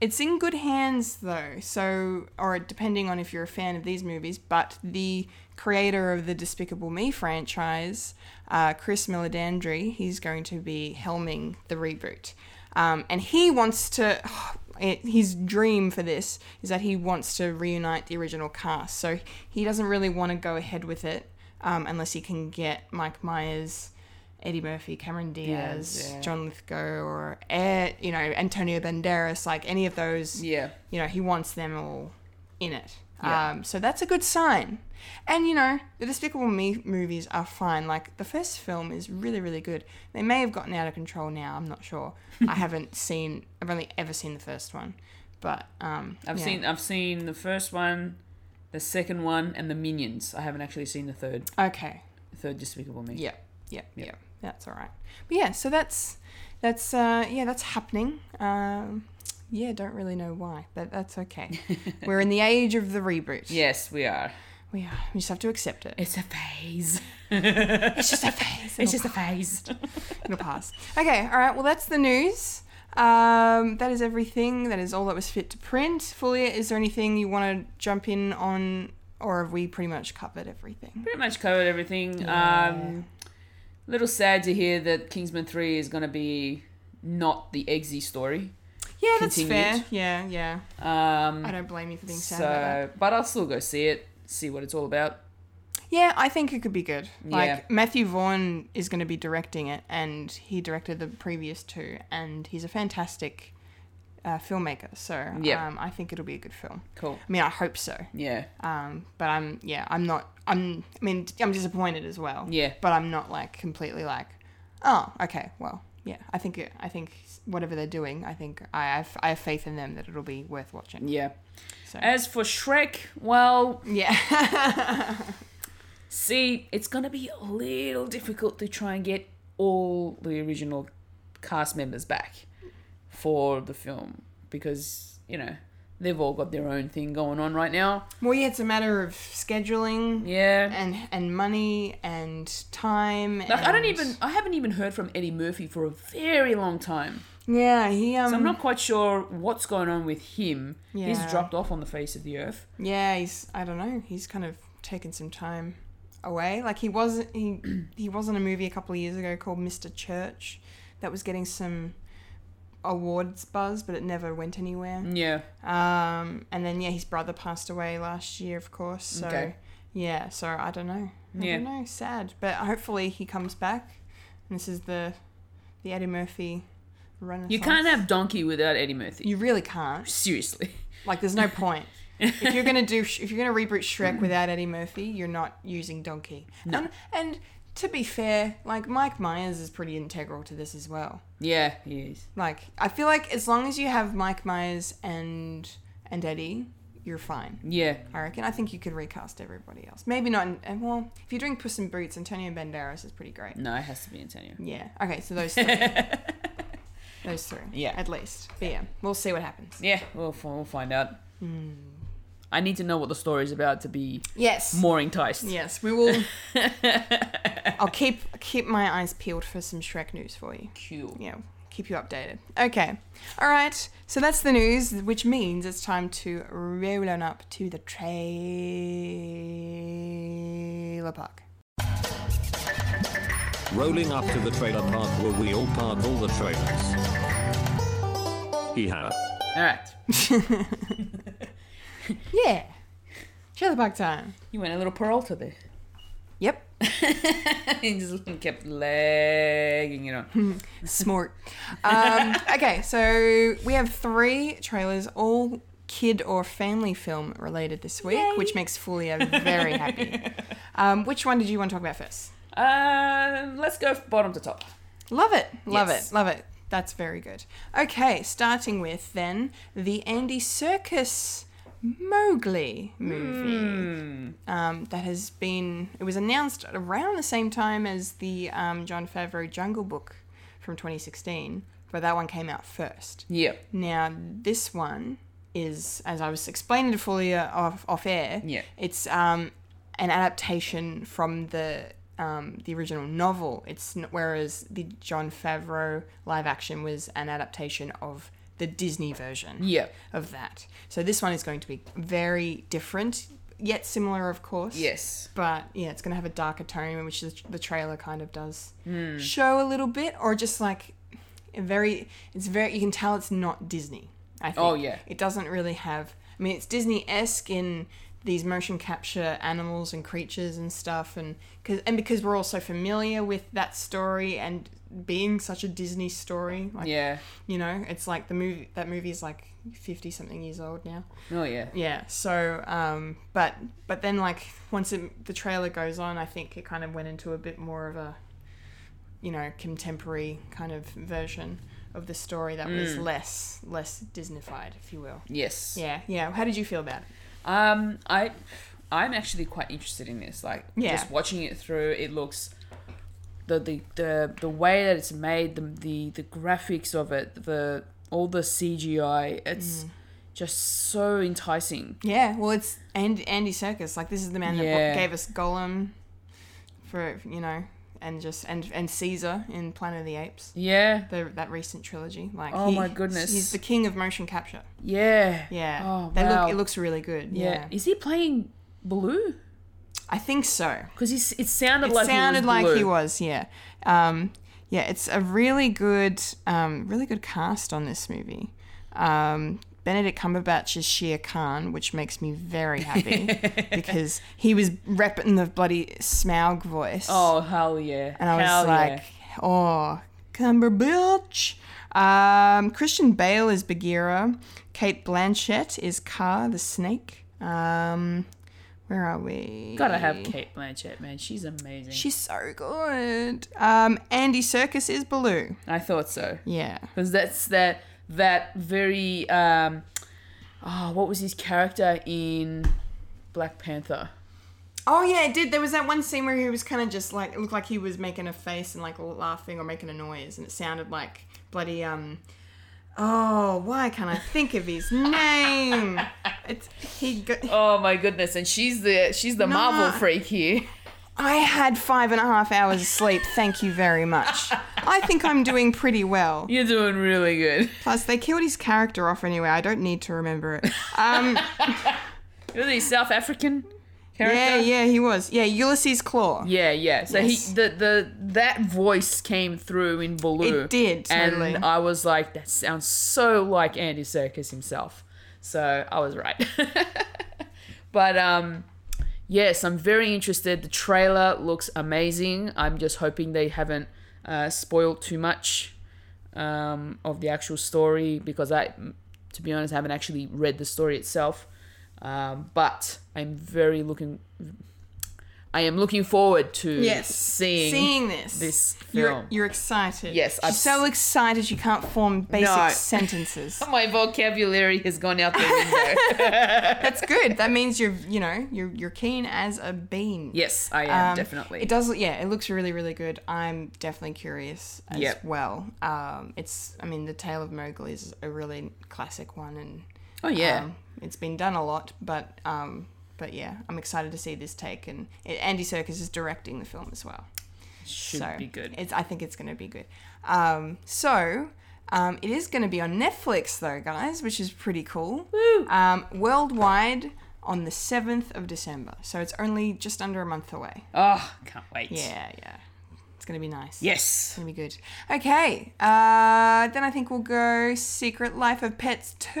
it's in good hands though. So, or depending on if you're a fan of these movies, but the creator of the Despicable Me franchise, uh, Chris Milodandri, he's going to be helming the reboot, um, and he wants to. it- his dream for this is that he wants to reunite the original cast, so he doesn't really want to go ahead with it um, unless he can get Mike Myers, Eddie Murphy, Cameron Diaz, yeah. John Lithgow, or eh, you know Antonio Banderas, like any of those. Yeah. you know he wants them all in it. Um, so that's a good sign. And you know the Despicable Me movies are fine. Like the first film is really really good. They may have gotten out of control now. I'm not sure. I haven't seen. I've only ever seen the first one, but um, I've yeah. seen I've seen the first one, the second one, and the Minions. I haven't actually seen the third. Okay. The third Despicable Me. Yeah, yeah, yeah. That's all right. But yeah, so that's that's uh, yeah, that's happening. Um, yeah, don't really know why, but that's okay. We're in the age of the reboot. Yes, we are. we are. We just have to accept it. It's a phase. It's just a It's phase. It'll, just a phase. it'll pass. Okay, all right. Well, that's the news. Um, that is everything. That is all that was fit to print. Fulia, is there anything you want to jump in on, or have we pretty much covered everything? Pretty much covered everything. Um, little sad to hear that Kingsman Three is gonna be not the Eggsy story. Yeah, that's Continued. fair. Yeah, yeah. Um, I don't blame you for being sad about that. so, but I'll still go see it, see what it's all about. Yeah, I think it could be good. Like Yeah. Matthew Vaughn is going to be directing it, and he directed the previous two, and he's a fantastic uh, filmmaker. So Yeah. um, I think it'll be a good film. Cool. I mean, I hope so. Yeah. Um, but I'm yeah, I'm not. I'm. I mean, I'm disappointed as well. Yeah. But I'm not like completely like, oh, okay, well, yeah. I think it, I think whatever they're doing, I think I have I have faith in them that it'll be worth watching. Yeah. So- As for Shrek, well, Yeah. see, it's going to be a little difficult to try and get all the original cast members back for the film because, you know, they've all got their own thing going on right now. well, yeah, it's a matter of scheduling. Yeah. and and money and time. Like, I don't and- even, I haven't even heard from Eddie Murphy for a very long time. Yeah, he um. So I'm not quite sure what's going on with him. He's Yeah. dropped off on the face of the earth. Yeah, he's. I don't know. He's kind of taken some time away. Like he wasn't. He he was in a movie a couple of years ago called Mr. Church, that was getting some awards buzz, but it never went anywhere. Yeah. Um, and then yeah, his brother passed away last year, of course. So Okay. yeah, so I don't know. I Yeah. don't know. Sad, but hopefully he comes back. And this is the the Eddie Murphy. Renaissance. You can't have Donkey without Eddie Murphy. You really can't. Seriously. Like, there's no point. if you're gonna do, if you're gonna reboot Shrek without Eddie Murphy, you're not using Donkey. No. And, and to be fair, like Mike Myers is pretty integral to this as well. Yeah, he is. Like, I feel like as long as you have Mike Myers and and Eddie you're fine. Yeah. I reckon. I think you could recast everybody else. Maybe not. In, and well, if you're doing Puss in Boots, Antonio Banderas is pretty great. No, it has to be Antonio. Yeah. Okay. So those three. those three. Yeah. At least. But yeah, we'll see what happens. Yeah, we'll, f- we'll find out. Hmm. I need to know what the story is about to be Yes. more enticed. Yes, we will. I'll keep keep my eyes peeled for some Shrek news for you. Cool. Yeah, keep you updated. Okay, all right. So that's the news, which means it's time to roll on up to the trailer park. Rolling up to the trailer park where we all park all the trailers. Hee ha. All right. Yeah, trailer park time. You went a little Peralta there. Yep, and just kept lagging it Hmm. on. smart. Um, okay, so we have three trailers, all kid or family film related this week, which makes Fulia very happy. Um, which one did you want to talk about first? Uh, let's go from bottom to top. Love it. Love Yes. it. Love it. That's very good. Okay, starting with then the Andy Circus Mowgli movie. Um, that has been, it was announced around the same time as the um, John Favreau Jungle Book from 2016, but that one came out first. Yeah. Now, this one is, as I was explaining to Fulia off, off air, Yeah. it's um, an adaptation from the um, the original novel. It's n- whereas the John Favreau live action was an adaptation of the Disney version Yeah. of that. So this one is going to be very different, yet similar, of course. Yes. But yeah, it's going to have a darker tone, which the, the trailer kind of does Hmm. show a little bit, or just like a very. It's very. You can tell it's not Disney. I think. Oh, yeah. It doesn't really have. I mean, it's Disney esque in these motion capture animals and creatures and stuff, and cause, and because we're all so familiar with that story and being such a Disney story, like, Yeah. you know, it's like the movie. That movie is like fifty something years old now. Oh, yeah. Yeah. So, um, but but then like once it, the trailer goes on, I think it kind of went into a bit more of a, you know, contemporary kind of version of the story that was less less Disneyfied, if you will. Yes. Yeah. Yeah. How did you feel about it? Um, I, I'm actually quite interested in this. Like, Yeah. just watching it through, it looks the the the, the way that it's made, the, the the graphics of it, the all the CGI, it's Mm. just so enticing. Yeah. Well, it's and Andy Serkis. Like this is the man Yeah. that gave us Gollum, for you know, and just and and Caesar in Planet of the Apes. Yeah, The, that recent trilogy, like Oh my goodness. he's the king of motion capture. yeah, Yeah, Oh, they wow. look, it looks really good. yeah. Yeah, Is he playing Blue? I think so. Because he s- it sounded It like sounded he was like Blue. he was. Yeah, um, yeah. It's a really good, um, really good cast on this movie. Um, Benedict Cumberbatch is Shere Khan, which makes me very happy because he was repping the bloody Smaug voice. Oh hell yeah! And I was hell like, oh, Cumberbatch. Um, Christian Bale is Bagheera. Kate Blanchett is Car the snake. Um, where are we? yeah. gotta have Kate Blanchett, man. She's amazing. She's so good. Um, Andy Circus is Baloo. I thought so. Yeah. because that's that that very um oh, what was his character in black panther Oh yeah, it did. There was that one scene where he was kind of just like it looked like he was making a face and like laughing or making a noise, and it sounded like bloody um. Oh, why can't I think of his name? It's he. Go- oh my goodness and she's the she's the marvel Nah. freak here I had five and a half hours of sleep. Thank you very much. I think I'm doing pretty well. you're doing really good Plus, they killed his character off anyway. I don't need to remember it. Um, you're the south african character yeah, yeah, he was. Yeah, Ulysses Claw. yeah, yeah. So Yes. he the the that voice came through in Baloo. It did, totally. and I was like, that sounds so like Andy Serkis himself. So I was right. but um, yes, I'm very interested. The trailer looks amazing. I'm just hoping they haven't uh, spoiled too much um, of the actual story because I, to be honest, haven't actually read the story itself. Um, but I'm very looking I am looking forward to Yes. seeing, Seeing this. this You're, film. you're excited. Yes, You're I've so s- excited you can't form basic No. sentences. My vocabulary has gone out the window. That's good. That means you're, you know, you're you're keen as a bean. yes, I am Um, definitely. It does. Yeah, it looks really, really good. I'm definitely curious as Yep. well. Um, it's. I mean, the Tale of Mowgli is a really classic one, and Oh yeah. um, it's been done a lot. But um, but yeah, I'm excited to see this take, and it, Andy Serkis is directing the film as well. Should so be good. It's. I think it's going to be good. Um, so. Um, it is going to be on Netflix though, guys, which is pretty cool. Woo! Um, worldwide on the seventh of December, so it's only just under a month away. Oh, can't wait. Yeah, yeah. It's gonna be nice. Yes. It's gonna be good. Okay. Uh, then I think we'll go Secret Life of Pets 2.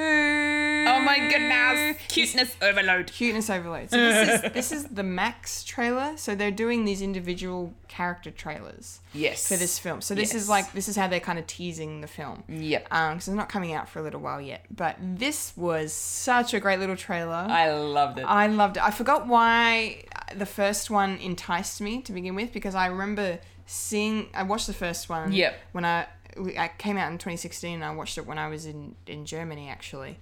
Oh my goodness. Cuteness overload. Cuteness overload. So this is this is the Max trailer. So they're doing these individual character trailers Yes. for this film. So this Yes. is like this is how they're kind of teasing the film. Yep. Um, because it's not coming out for a little while yet. But this was such a great little trailer. I loved it. I loved it. I forgot why the first one enticed me to begin with because I remember seeing. I watched the first one. Yep. When I I came out in 2016, and I watched it when I was in in Germany actually,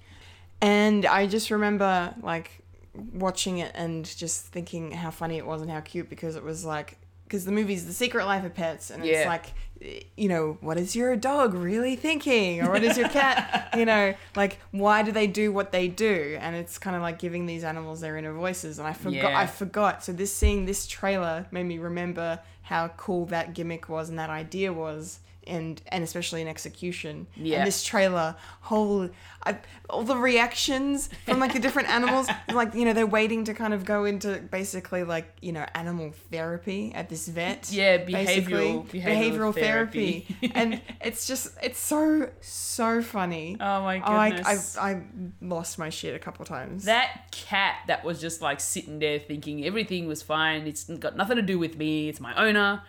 and I just remember like watching it and just thinking how funny it was and how cute because it was like because the movie's The Secret Life of Pets and it's Yeah. like like, you know, what is your dog really thinking? Or what is your cat, you know, like, why do they do what they do? And it's kind of like giving these animals their inner voices. And I forgot, Yeah. I forgot. So this seeing this trailer made me remember how cool that gimmick was and that idea was. And, and especially in execution, Yeah. and this trailer, whole I, all the reactions from like the different animals, like you know they're waiting to kind of go into basically like you know animal therapy at this vet, Yeah, basically. behavioral- behavioral therapy. and it's just it's so so funny. Oh my goodness. I, I, I lost my shit a couple times. that cat that was just like sitting there thinking everything was fine. It's got nothing to do with me. It's my owner.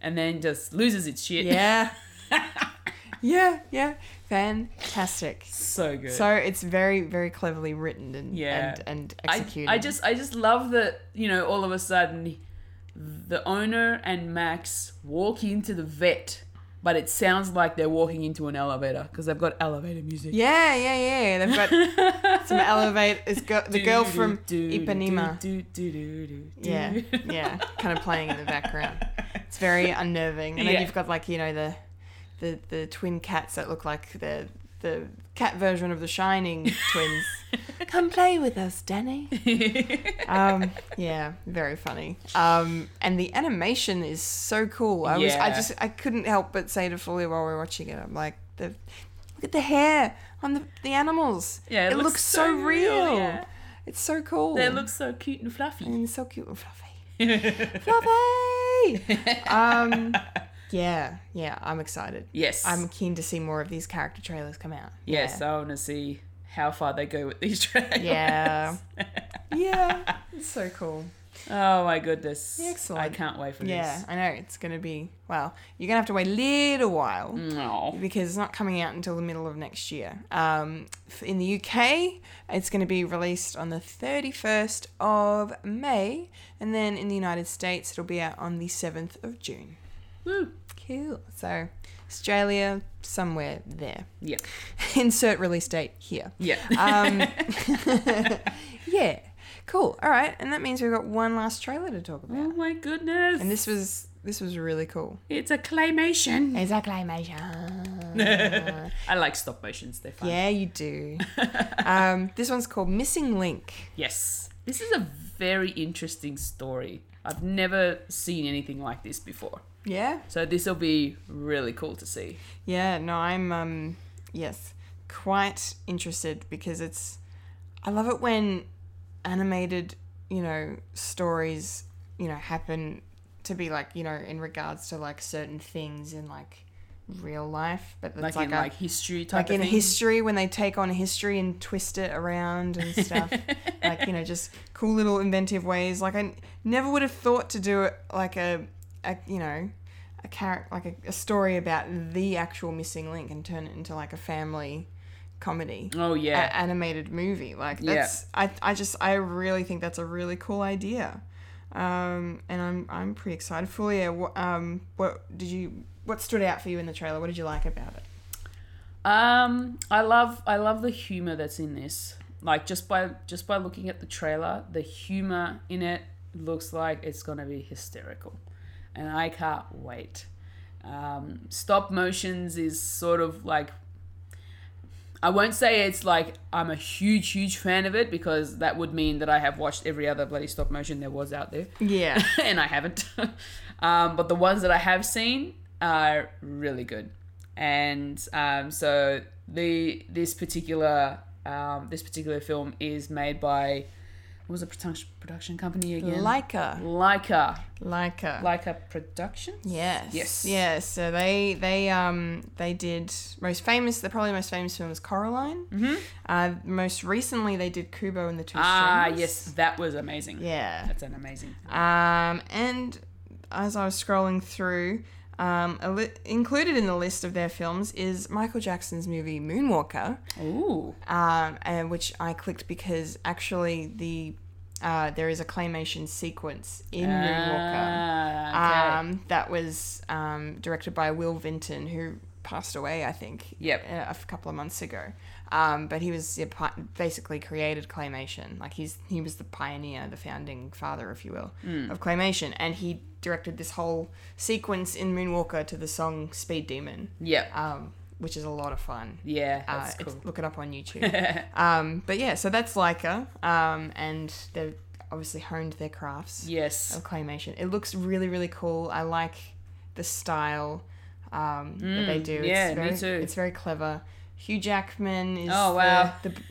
And then just loses its shit. yeah. yeah, yeah. Fantastic. so good. So it's very, very cleverly written and yeah. and, and I- executed. I, just I just love that, you know, all of a sudden the owner and Max walk into the vet, but it sounds like they're walking into an elevator because they've got elevator music. yeah, yeah, yeah. They've got some elevate. It's got the girl from Ipanema. Yeah, yeah, kind of playing in the background. It's very unnerving. And Yeah. then you've got like you know the the the twin cats that look like the the cat version of the Shining twins. Come play with us, Danny. um, yeah, very funny. Um, and the animation is so cool. I was I Yeah. just I couldn't help but say to Foley while we were watching it. I'm like the look at the hair on the the animals. Yeah, it it, looks looks, so, so real. real, yeah. It's so cool. They look so cute and fluffy. And so cute and fluffy. fluffy! Um, yeah, yeah, I'm excited. Yes. I'm keen to see more of these character trailers come out. Yes, I want to see how far they go with these trailers. Yeah. yeah. It's so cool. Oh my goodness. Excellent. I can't wait for Yeah, I know. It's going to be, well, you're going to have to wait a little while. this. Oh. because it's not coming out until the middle of next year. Um, f- in the UK, it's going to be released on the 31st of May, and then in the United States, it'll be out on the 7th of June. Woo. Cool. So, Australia, somewhere there. Yeah. Insert release date here. Yeah. Um, Yeah. Cool. All right, and that means we've got one last trailer to talk about. oh my goodness. And this was this was really cool. it's a claymation. Exactly, Major. I like stop motions. They're fun. Yeah, you do. um, this one's called Missing Link. Yes. This is a very interesting story. I've never seen anything like this before. Yeah. So this will be really cool to see. Yeah, no, I'm um yes, quite interested because it's I love it when animated, you know, stories, you know, happen to be like, you know, in regards to like certain things in like real life, but it's Like, like, in a, like history type like of in thing. history when they take on history and twist it around and stuff like you know just cool little inventive ways like i n- never would have thought to do it like a, a you know a character like a, a story about the actual missing link and turn it into like a family comedy Oh, yeah. a- animated movie like Yeah. that's I, I just i really think that's a really cool idea Um, and I'm I'm pretty excited for you. What um what did you what stood out for you in the trailer? What did you like about it? Um, I love I love the humor that's in this. Like just by just by looking at the trailer, the humor in it looks like it's gonna be hysterical, and I can't wait. Um, stop motions is sort of like I won't say it's like I'm a huge huge fan of it because that would mean that I have watched every other bloody stop motion there was out there Yeah. and I haven't. um, but the ones that I have seen are really good. And um, so the this particular um, this particular film is made by what was the production production company again? Leica. Leica. Leica. Leica Productions. Yes. Yes. Yeah. So they they um they did most famous. The probably most famous film was Coraline. Mm-hmm. Uh, most recently they did Kubo and the Two Ah, Strings. yes, that was amazing. Yeah. that's an amazing. Um, and as I was scrolling through, um, a li- included in the list of their films is Michael Jackson's movie Moonwalker, Ooh, um, and which I clicked because actually the uh, there is a claymation sequence in Moonwalker. Ah, okay. Um, that was um, directed by Will Vinton, who passed away, I think, uh, Yep. a, a f- couple of months ago. Um, but he was yeah, pi- basically created claymation. Like he's he was the pioneer, the founding father, if you will, Hmm. of claymation, and he directed this whole sequence in Moonwalker to the song Speed Demon, yeah, um, which is a lot of fun. yeah, Uh, that's it's- cool. Look it up on YouTube. um, but yeah, so that's Leica, um, and they've obviously honed their crafts Yes, of claymation. It looks really, really cool. I like the style um, that they do. Mm, yeah, me it's very, too. It's very clever. Hugh Jackman is Oh, wow. the the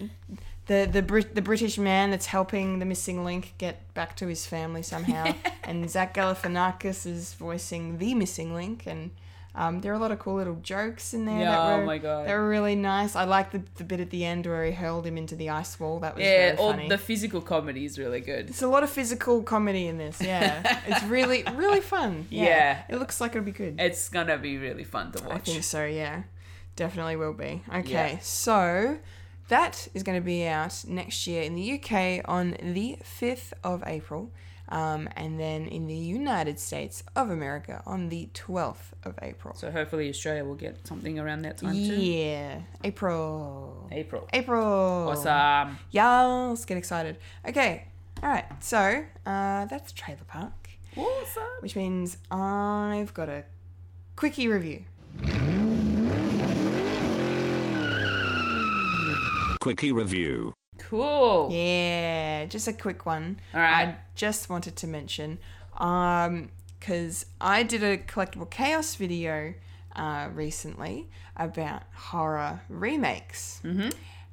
the, the, Brit- the British man that's helping the missing link get back to his family somehow, and Zach Galifianakis is voicing the missing link, and um, there are a lot of cool little jokes in there. Yeah, that oh were, my God. they were really nice. I like the, the bit at the end where he hurled him into the ice wall. That was yeah. very All funny. the physical comedy is really good. It's a lot of physical comedy in this. Yeah, it's really really fun. Yeah. Yeah. it looks like it'll be good. It's gonna be really fun to I watch. think so. Yeah, definitely will be. Okay, Yeah. so that is going to be out next year in the UK on the fifth of April, um, and then in the United States of America on the twelfth of April. So hopefully Australia will get something around that time too. yeah, April. April. April. Awesome. Y'all, let's get excited. Okay, all right. So uh, that's Trailer Park. Awesome. which means I've got a quickie review. Quickie review. Cool. Yeah, just a quick one. All right. I just wanted to mention, um, because I did a collectible chaos video uh, recently about horror remakes. Mm-hmm.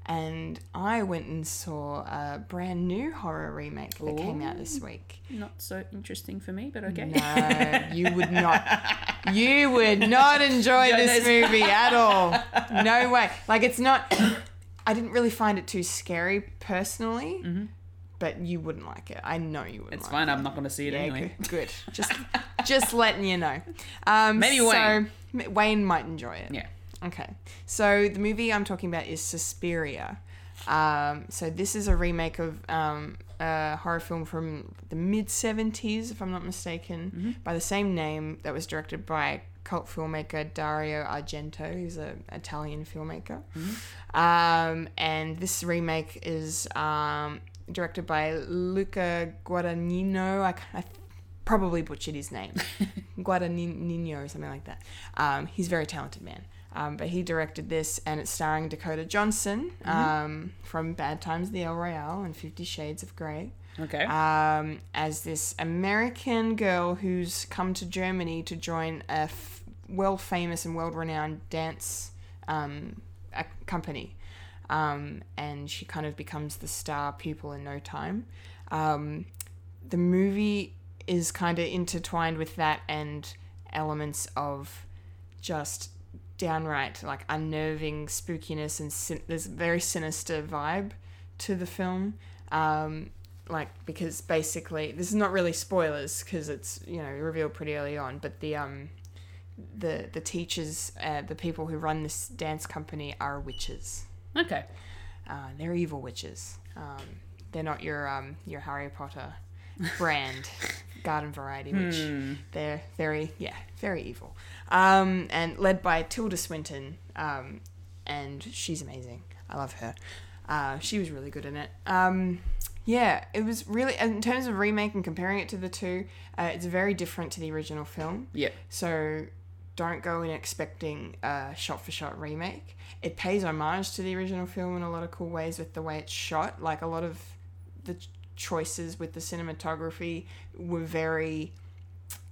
And I went and saw a brand new horror remake that came out this week. Not so interesting for me, but okay. No, you would not. You would not enjoy this movie at all. No way. Like it's not. I didn't really find it too scary personally, but you wouldn't like it. I know you wouldn't. Mm-hmm. it's like fine. I'm not gonna see it It. Yeah, anyway. good, good. Just, just letting you know. Um, Maybe so, Wayne. M- Wayne might enjoy it. Yeah. Okay. So the movie I'm talking about is Suspiria. Um, so this is a remake of um, a horror film from the mid 70s, if I'm not mistaken, by the same name that was directed by cult filmmaker Dario Argento, who's an Italian filmmaker. Um, and this remake is um, directed by Luca Guadagnino. I, ca- I probably butchered his name, Guadagnino or something like that. Um, he's a very talented man. Um, but he directed this, and it's starring Dakota Johnson um, from Bad Times at the El Royale and Fifty Shades of Grey Okay. um, as this American girl who's come to Germany to join a f- world famous and world renowned dance um, a company. Um, and she kind of becomes the star pupil in no time. Um, the movie is kind of intertwined with that and elements of just downright like unnerving spookiness and sin- there's a very sinister vibe to the film um like because basically this is not really spoilers because it's you know revealed pretty early on but the um the the teachers uh, the people who run this dance company are witches okay. uh, they're evil witches. Um, they're not your um, your Harry Potter brand, garden variety, which they're very, yeah, very evil. Um, and led by Tilda Swinton, um, and she's amazing. I love her. Uh, she was really good in it. Um, yeah, it was really in terms of remake and comparing it to the two, uh, it's very different to the original film. Yep. So don't go in expecting a shot for shot remake. It pays homage to the original film in a lot of cool ways with the way it's shot. Like a lot of the ch- choices with the cinematography were very,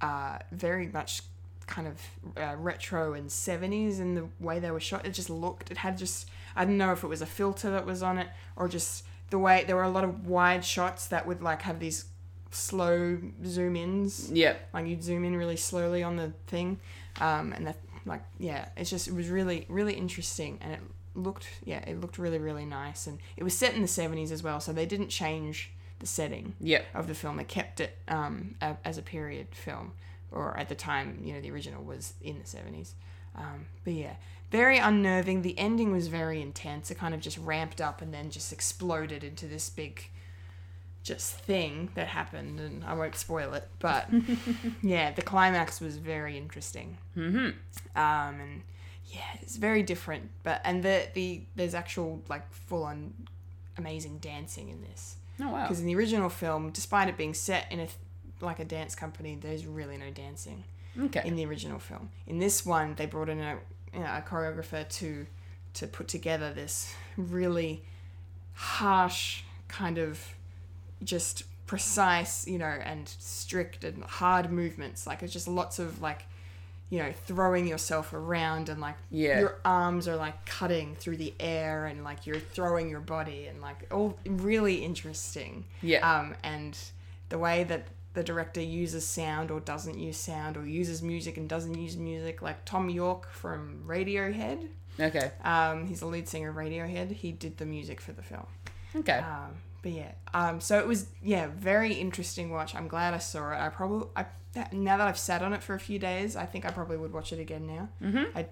uh, very much kind of uh, retro and 70s in the way they were shot. It just looked, it had just, I don't know if it was a filter that was on it or just the way, there were a lot of wide shots that would like have these slow zoom ins Yep. like you'd zoom in really slowly on the thing um, and that like yeah it's just it was really really interesting and it looked yeah it looked really really nice and it was set in the 70s as well so they didn't change the setting Yep. of the film they kept it um, a, as a period film or at the time you know the original was in the 70s um, but yeah very unnerving the ending was very intense it kind of just ramped up and then just exploded into this big just thing that happened, and I won't spoil it, but yeah, the climax was very interesting. Mm-hmm. Um, and yeah, it's very different, but and the the there's actual like full on amazing dancing in this Oh wow. because in the original film, despite it being set in a th- like a dance company, there's really no dancing Okay. in the original film. In this one, they brought in a, you know, a choreographer to to put together this really harsh kind of just precise, you know, and strict and hard movements. Like it's just lots of like you know, throwing yourself around and like Yeah. your arms are like cutting through the air and like you're throwing your body and like all really interesting. Yeah. Um, and the way that the director uses sound or doesn't use sound or uses music and doesn't use music, like Tom York from Radiohead, okay. um, he's the lead singer of Radiohead. He did the music for the film. okay. Um, but yeah, um, so it was yeah, very interesting watch. I'm glad I saw it. I probably I that, now that I've sat on it for a few days, I think I probably would watch it again now. Mm-hmm. I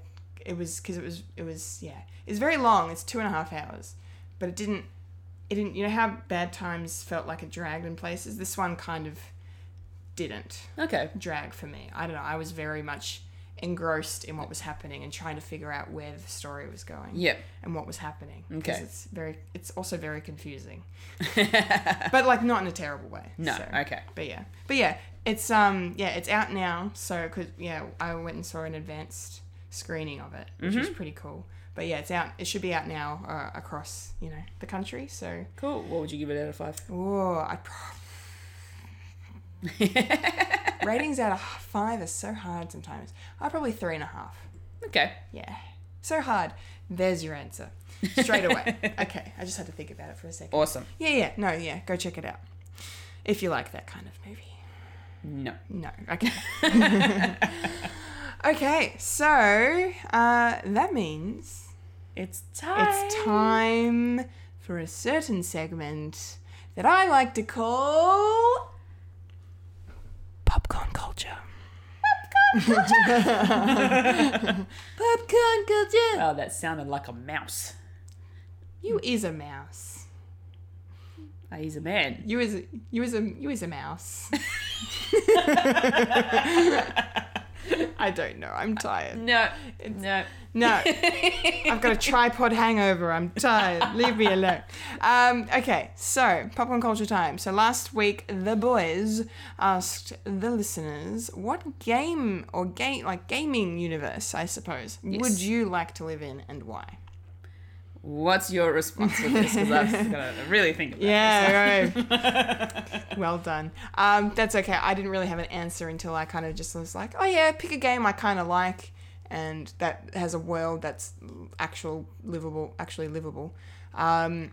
it was because it was it was yeah, it's very long. It's two and a half hours, but it didn't it didn't you know how bad times felt like it dragged in places. This one kind of didn't okay. drag for me. I don't know. I was very much engrossed in what was happening and trying to figure out where the story was going. Yep. And what was happening. 'Cause Okay. It's very. It's also very confusing. but like not in a terrible way. No, okay. But yeah. But yeah. It's um yeah it's out now so cause yeah I went and saw an advanced screening of it which Mm-hmm. was pretty cool. But yeah, it's out. It should be out now uh, across you know the country. So Cool. What would you give it out of five? Oh, I. Pro- Ratings out of five are so hard sometimes. I probably three and a half. Okay. Yeah, so hard. There's your answer straight away. okay, I just had to think about it for a second. Awesome. Yeah, yeah, no, yeah. Go check it out if you like that kind of movie. No. No, okay. okay, so uh, that means It's time. it's time for a certain segment that I like to call popcorn culture. Popcorn culture. Oh, that sounded like a mouse. You is a mouse. Oh, he's a man. You is a, you is a you is a mouse. I don't know. I'm tired. No. No. No. I've got a tripod hangover. I'm tired. Leave me alone. Um, okay, so popcorn culture time. So last week, the boys asked the listeners what game or game, like gaming universe, I suppose, would you like to live in and why? What's your response to this? Because I've got to really think about Yeah, right. well done. Um, that's okay. I didn't really have an answer until I kind of just was like, oh yeah, pick a game I kind of like, and that has a world that's actual livable, actually livable. Um,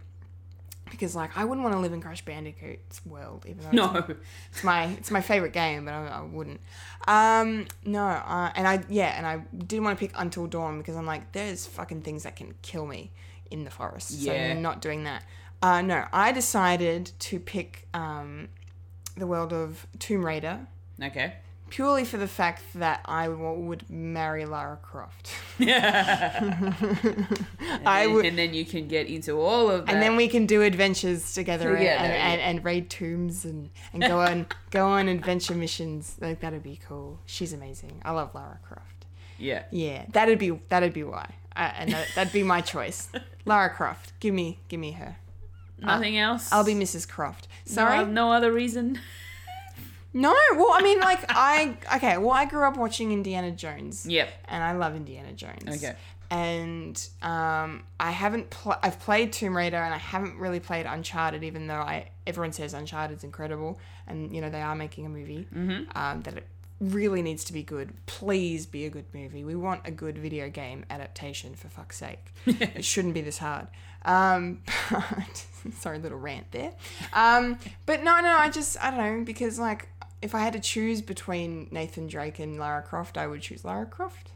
because like I wouldn't want to live in Crash Bandicoot's world, even though this. it's No. it's my it's my favorite game, but I, I wouldn't. Um, no, uh, and I yeah, and I didn't want to pick Until Dawn because I'm like, there's fucking things that can kill me in the forest, Yeah. so I'm not doing that. Uh, no, I decided to pick um, the world of Tomb Raider Okay. purely for the fact that I w- would marry Lara Croft. I and, would. and then you can get into all of that. And then we can do adventures together, and, Together, and, yeah. and, and raid tombs and, and go on go on adventure missions. Like that'd be cool. She's amazing. I love Lara Croft. yeah. Yeah, that'd be that'd be why, I, and that, that'd be my choice. Lara Croft, give me give me her. Nothing else. I'll be Mrs. Croft. No- Sorry, No, other reason. No, well, I mean, like I okay. Well, I grew up watching Indiana Jones. Yep. And I love Indiana Jones. Okay. And um, I haven't pl- I've played Tomb Raider and I haven't really played Uncharted, even though I everyone says Uncharted's incredible and you know they are making a movie um, that it really needs to be good. Please be a good movie. We want a good video game adaptation for fuck's sake. it shouldn't be this hard. Um, but sorry, little rant there. Um, but no, no, I just I don't know because like if I had to choose between Nathan Drake and Lara Croft, I would choose Lara Croft.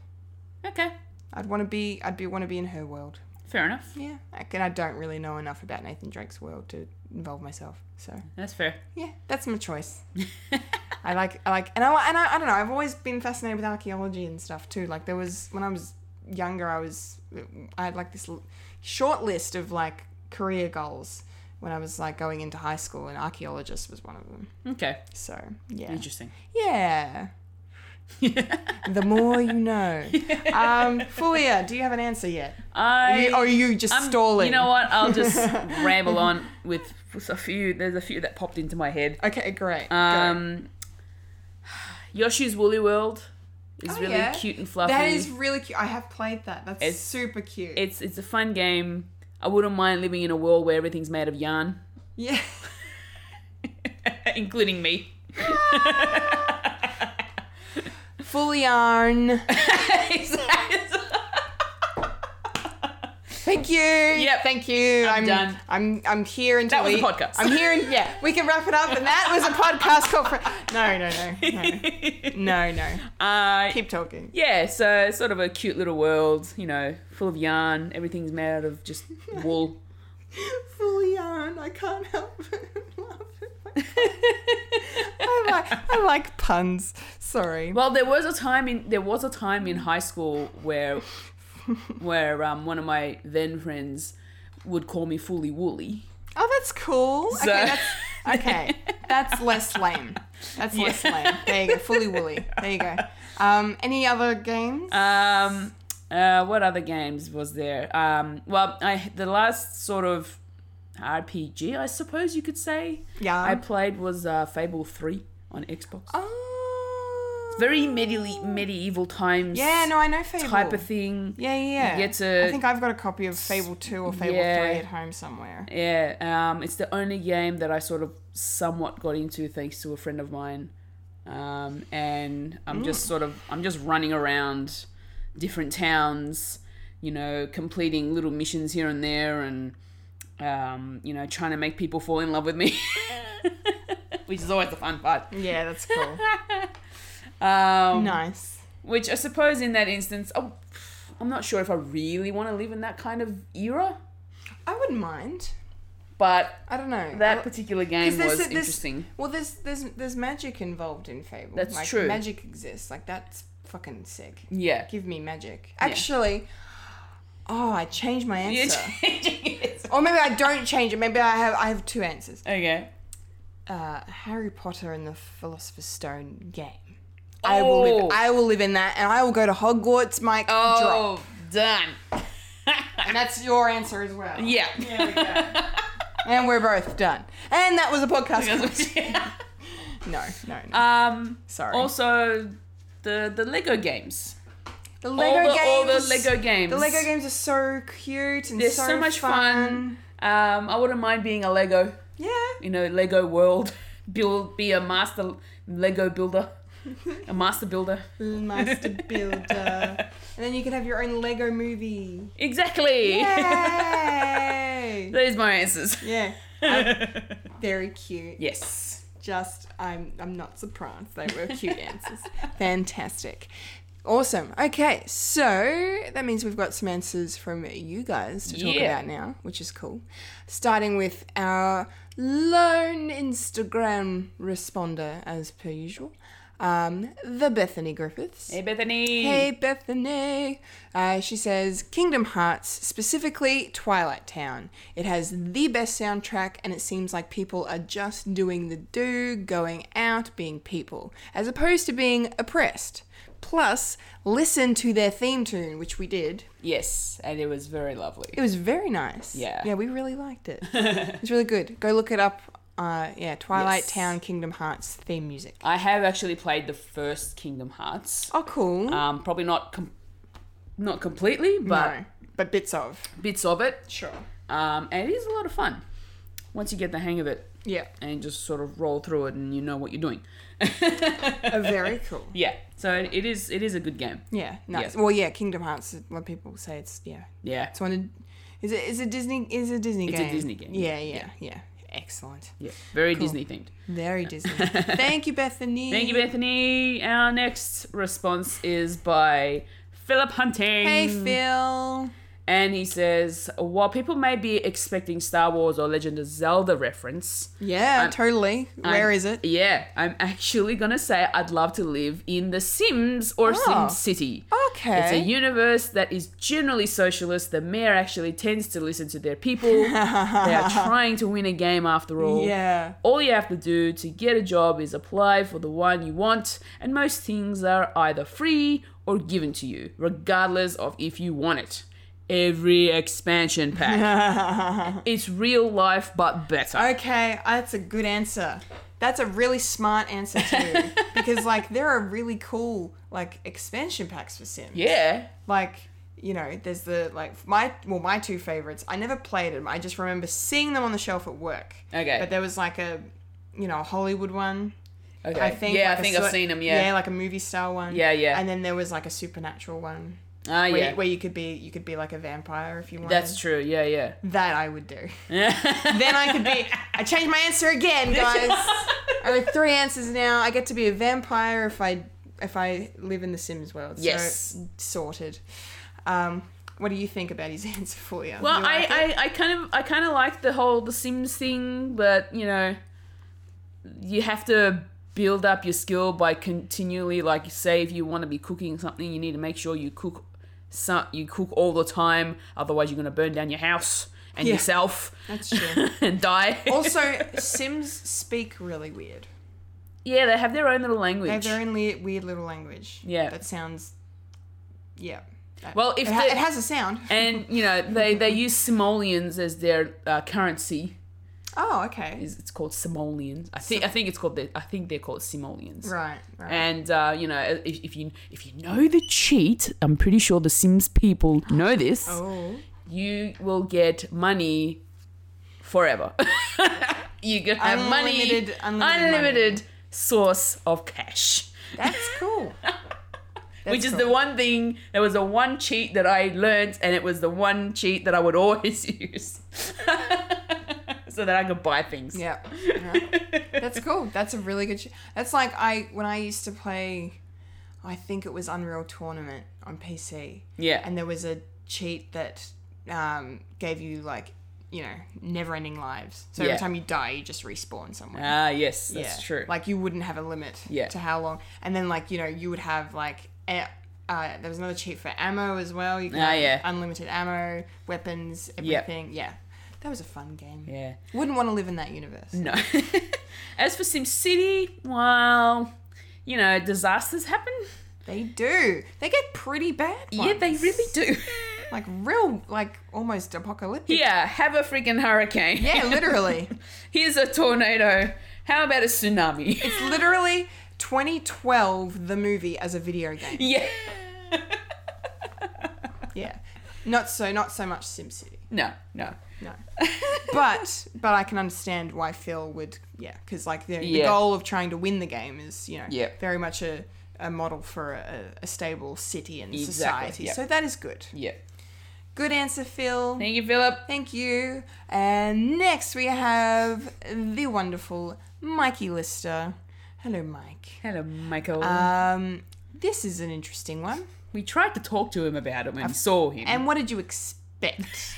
Okay. I'd want to be I'd be want to be in her world. Fair enough. Yeah, I can, I don't really know enough about Nathan Drake's world to involve myself. So That's fair. yeah, that's my choice. I like I like and I and I, I don't know. I've always been fascinated with archaeology and stuff too. Like there was when I was younger, I was I had like this l- short list of like career goals when I was like going into high school, and archaeologist was one of them. Okay. So yeah, Interesting. yeah. the more you know. Um, Fulia, do you have an answer yet? I. You- or are you just I'm- stalling? You know what? I'll just ramble on with with a few. There's a few that popped into my head. Okay, great. Go. Um, Yoshi's Woolly World is Oh, really yeah. cute and fluffy. That is really cute. I have played that. That's It's- super cute. It's it's a fun game. I wouldn't mind living in a world where everything's made of yarn, yeah. including me. Full yarn. Thank you. Yep. Thank you. I'm, done. I'm I'm here until That was a we- podcast. I'm here and yeah, we can wrap it up. And that was a podcast called. For, no, no, no, no, no, no. uh, Keep talking. yeah, so it's sort of a cute little world, you know, full of yarn. Everything's made out of just wool. full yarn. I can't help it. Love it. I like I like puns. Sorry. Well, there was a time in there was a time in high school where where um, one of my then friends would call me fully woolly. Oh, that's cool. So- Okay, that's, okay, that's less lame. That's less lame. There you go. Fully woolly. There you go. Um, any other games? Um, uh, what other games was there? Um, well, I the last sort of RPG, I suppose you could say, Yeah. I played was uh, Fable Three on Xbox. oh, Very medieval medieval times. Yeah, no, I know Fable. type of thing. Yeah, yeah. You get to- I think I've got a copy of Fable Two or Fable Yeah. Three at home somewhere. Yeah, um, it's the only game that I sort of somewhat got into thanks to a friend of mine, um, and Mm. I'm just sort of I'm just running around different towns, you know, completing little missions here and there, and um, you know, trying to make people fall in love with me, which is always the fun part. Yeah, that's cool. Um, nice. Which I suppose in that instance, oh, I'm not sure if I really want to live in that kind of era, I wouldn't mind. but I don't know. that I- particular game Uh, 'Cause was there's- there's- interesting. Well, there's there's there's magic involved in Fable. That's like, true. Magic exists. Like that's fucking sick. Yeah. Give me magic. Actually, oh, I changed my You're answer. changing it. or maybe I don't change it. Maybe I have I have two answers. Okay. Uh, Harry Potter and the Philosopher's Stone game. I will Oh. live. I will live in that, and I will go to Hogwarts. Mike, drop. Oh, done. and that's your answer as well. Yeah. and we're both done. And that was a podcast. no, no, no. um. Sorry. Also, the the Lego games. the Lego all the, games. All the Lego games. The Lego games are so cute and They're so, so, much fun. Um, I wouldn't mind being a Lego. Yeah. You know, Lego world. Build. Be a master Lego builder. A master builder. Master Builder. and then you can have your own Lego movie. Exactly. Yay! Those are my answers. yeah. I- very cute. Yes. Just I'm I'm not surprised. They were cute answers. Fantastic. Awesome. Okay, so that means we've got some answers from you guys to talk Yeah. about now, which is cool. Starting with our lone Instagram responder, as per usual. um, the Bethany Griffiths. Hey, Bethany. Hey, Bethany. Uh, she says Kingdom Hearts, specifically Twilight Town. It has the best soundtrack, and it seems like people are just doing the do, going out, being people, as opposed to being oppressed. Plus, listen to their theme tune, which we did. Yes, and it was very lovely. It was very nice. Yeah. Yeah, we really liked it. it's really good. Go look it up. Uh, yeah, Twilight Yes. Town Kingdom Hearts theme music. I have actually played the first Kingdom Hearts. Oh, cool. Um, probably not com- not completely, but no, but bits of. bits of it. Sure. Um, and it is a lot of fun once you get the hang of it Yeah. and just sort of roll through it and you know what you're doing. Oh, very cool. Yeah, so it is it is a good game. Yeah, nice. Yeah. Well, yeah, Kingdom Hearts. A lot of people say it's yeah. Yeah. It's one of is it is a Disney is a Disney It's a game. Disney game, Yeah, yeah, yeah. Excellent. Yeah, very Disney themed. Very Disney. Thank you, Bethany. Thank you, Bethany. Our next response is by Philip Hunting. Hey, Phil. And he says, while people may be expecting Star Wars or Legend of Zelda reference, Yeah, I'm- totally. Where I'm- is it? Yeah, I'm actually gonna say I'd love to live in The Sims or Oh. Sim City. Okay. It's a universe that is generally socialist. The mayor actually tends to listen to their people. they are trying to win a game after all. Yeah. All you have to do to get a job is apply for the one you want, and most things are either free or given to you, regardless of if you want it. Every expansion pack. it's real life, but better. Okay, that's a good answer. That's a really smart answer too, because like there are really cool like expansion packs for Sims. Yeah. like you know there's the like my well my two favorites i never played them i just remember seeing them on the shelf at work Okay. but there was like a you know a hollywood one Okay. i think Yeah, like I a think I've sort- seen them. Yeah. yeah like a movie style one Yeah, yeah. and then there was like a supernatural one Ah, where, yeah. you, where you could be you could be like a vampire if you wanted That's true. Yeah, yeah. that i would do then i could be i changed my answer again guys i have three answers now i get to be a vampire if i if i live in the sims world Yes. so sorted um what do you think about his answer for you Well, You I, like it? I, I kind of I kind of like the whole the Sims thing, but you know, you have to build up your skill by continually like say if you want to be cooking something, you need to make sure you cook some you cook all the time, otherwise you're gonna burn down your house and Yeah. yourself that's true and die. also sims speak really weird yeah, they have their own little language. they have their own le- weird little language Yeah. that sounds yeah That- Well, if it, ha- the- it has a sound and you know they they use simoleons as their uh, currency. oh okay Is it's called simoleons? I think I think it's called the, I think they're called simoleons. right right And uh, you know, if, if you if you know the cheat, I'm pretty sure the Sims people know this. oh You will get money forever. you can have Unlimited- money, unlimited unlimited source of cash, that's cool which is That's the cool. one thing. There was the one cheat that I learnt, and it was the one cheat that I would always use, so that I could buy things. Yeah. Yeah. That's cool. That's a really good. Sh- That's like I when I used to play, I think it was Unreal Tournament on PC. Yeah. And there was a cheat that um, gave you like, you know, never-ending lives. So Yeah. every time you die, you just respawn somewhere. Ah, yes, that's Yeah. true. Like you wouldn't have a limit Yeah. to how long. And then like you know you would have like. A- uh, there was another cheat for ammo as well. You could Ah, have yeah. unlimited ammo, weapons, everything. Yeah, that was a fun game. yeah. Wouldn't want to live in that universe. No. As for SimCity, well, you know, disasters happen. They do. They get pretty bad. Ones. Yeah, they really do. Like real, like almost apocalyptic. yeah, have a freaking hurricane. Yeah, literally. Here's a tornado. How about a tsunami? it's literally 2012, the movie as a video game. yeah. Yeah. Not so, not so much SimCity. No, no. No. but but I can understand why Phil would yeah, because like the, Yeah. the goal of trying to win the game is you know Yeah. very much a, a model for a, a stable city and Exactly, society. yeah. So that is good. Yeah. Good answer, Phil. Thank you, Philip. Thank you. And next we have the wonderful Mikey Lister. Hello, Mike. Hello, Michael. Um, this is an interesting one. we tried to talk to him about it when we saw him. And what did you expect?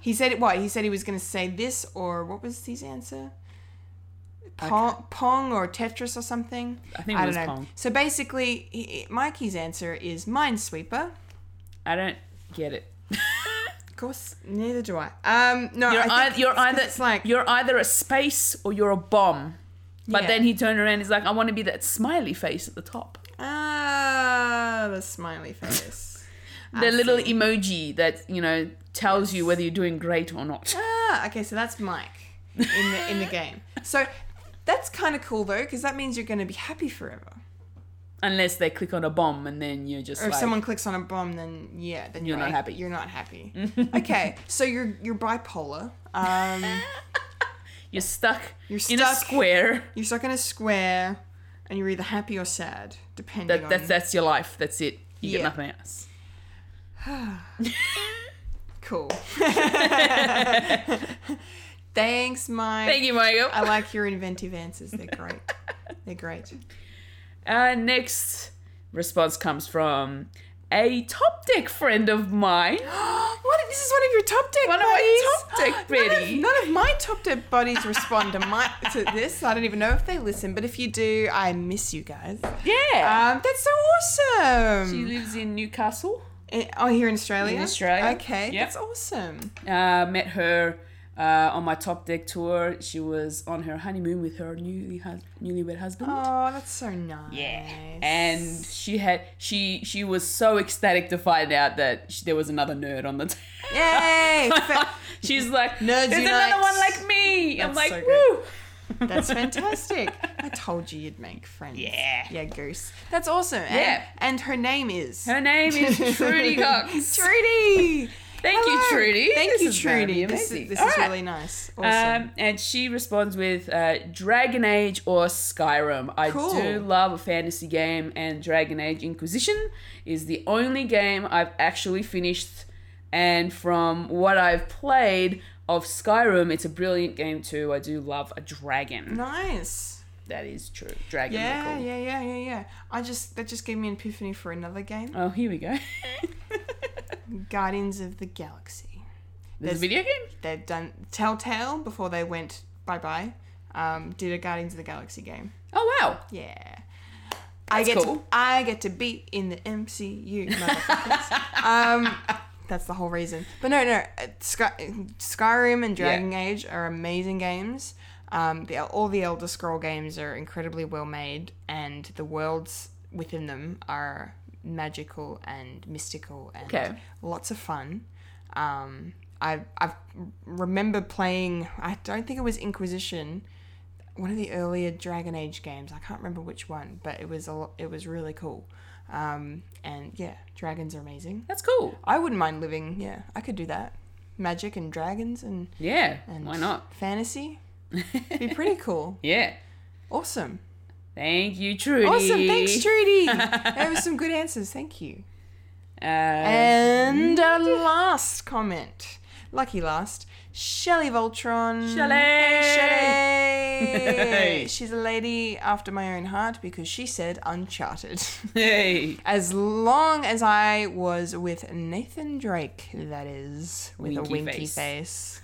he said what? He said he was going to say this, or what was his answer? Pong, Pong or Tetris or something. I think it was don't know. Pong. So basically, he- he- Mikey's answer is Minesweeper. I don't get it. Of course, neither do I. Um, no, You're, I ei- think you're it's 'cause either it's like you're either a space or you're a bomb. But Yeah. then he turned around. and He's like, I want to be that smiley face at the top, ah the smiley face. the little emoji that you know tells you whether you're doing great or not. Ah, okay, so that's Mike in the in the game. So that's kind of cool though, because that means you're going to be happy forever. Unless they click on a bomb and then you're just Or if like, someone clicks on a bomb, then yeah, then You're not ang- happy. You're not happy. okay, so you're you're bipolar. Um, you're stuck You're in a stuck. square. you're stuck in a square, and you're either happy or sad, depending That on. that's that's your life. That's it. You get Yeah. nothing else. Cool. Thanks, Mike. Thank you, Michael. I like your inventive answers. They're great. They're great. Uh, next response comes from a top deck friend of mine. What? This is one of your top deck One of my buddies. top deck None of- buddy. None of, my top deck buddies respond to my to this. I don't even know if they listen, but if you do, I miss you guys. Yeah. Um, that's so awesome. she lives in Newcastle. Eh, oh, here in Australia. In Australia, Okay, yep. that's awesome. Uh, met her uh, on my top deck tour. She was on her honeymoon with her newly hus- newlywed husband. Oh, that's so nice. And she had she she was so ecstatic to find out that she, there was another nerd on the team. Yay! Fa- She's like, Nerds there's unite." another one like me. I'm That's like, so good. woo. That's fantastic. I told you you'd make friends. Yeah. Yeah, Goose. That's awesome. And, Yeah. And her name is. Her name is Trudy Cox. Trudy. Thank you, Hello. Trudy. Thank This you, is gonna be Trudy. This amazing. is, this All is right. really nice. Awesome. Um, and she responds with uh, Dragon Age or Skyrim. I Cool. do love a fantasy game, and Dragon Age Inquisition is the only game I've actually finished. And from what I've played of Skyrim, it's a brilliant game too. I do love a dragon. nice. That is true. Dragon. Yeah, cool. yeah, yeah, yeah, yeah. I just that just gave me an epiphany for another game, Oh, here we go. Guardians of the Galaxy. There's a There's- video game. They've done Telltale before they went bye bye. Um, did a Guardians of the Galaxy game. Oh wow. Yeah. I get to, cool. I get to be in the MCU. motherfuckers. um, that's the whole reason. But no, no, uh, Sky, Skyrim and Dragon Age are amazing games. Um, the, all the Elder Scroll games are incredibly well made, and the worlds within them are magical and mystical and Okay. lots of fun. Um, I I remember playing. I don't think it was Inquisition one of the earlier Dragon Age games. I can't remember which one, but it was a lo- it was really cool. Um, and yeah, dragons are amazing. That's cool. I wouldn't mind living. Yeah, I could do that. Magic and dragons and, Yeah. and Why not? Fantasy. Be pretty cool. Yeah. Awesome. Thank you, Trudy. Awesome. Thanks, Trudy. That was some good answers. Thank you. Uh, And a last comment. Lucky last. Shelley Voltron. Shelley! Hey, Hey. Shelley! She's a lady after my own heart because she said Uncharted. hey. As long as I was with Nathan Drake, that is, with a Winky winky face.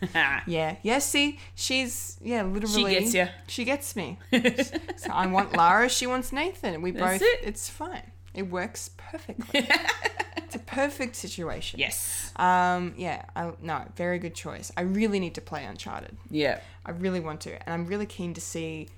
Yeah. Yeah, see, she's, yeah, literally. gets ya. She gets me. so I want Lara, she wants Nathan. We That's both, it. it's fine. It works perfectly. it's a perfect situation. yes. Um, yeah, I, no, very good choice. I really need to play Uncharted. Yeah. I really want to, and I'm really keen to see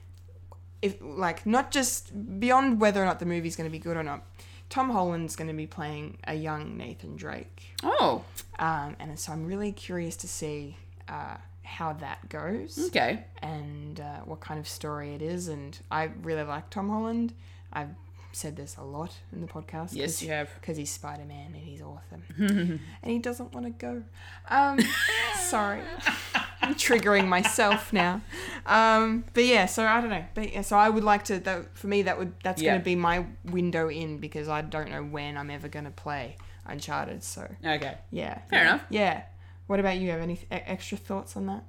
if, like, not just beyond whether or not the movie's going to be good or not. Tom Holland's going to be playing a young Nathan Drake, Oh, um, and so I'm really curious to see uh, how that goes okay. and uh, what kind of story it is. And I really like Tom Holland. I've said this a lot in the podcast. Yes, you have. Because he's Spider Man and he's awesome. and he doesn't want to go. Um, sorry. I'm triggering myself now. Um, but yeah, so I don't know. But yeah, so I would like to, that, for me, that would that's Yeah. going to be my window in because I don't know when I'm ever going to play Uncharted. So Okay. yeah. Fair yeah. enough. Yeah. What about you? Have any e- extra thoughts on that?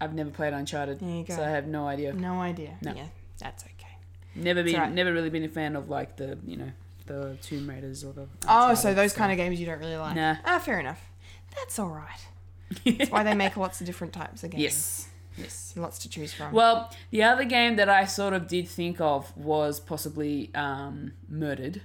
I've never played Uncharted, you go. so I have no idea. No idea. Yeah, that's okay. Never been, alright. never really been a fan of like the, you know, the Tomb Raiders or the. Oh, so Uncharted, those kind of games you don't really like. Nah. Ah, fair enough. That's all right. That's why they make lots of different types of games. Yes. Yes. Lots to choose from. Well, the other game that I sort of did think of was possibly um, Murdered,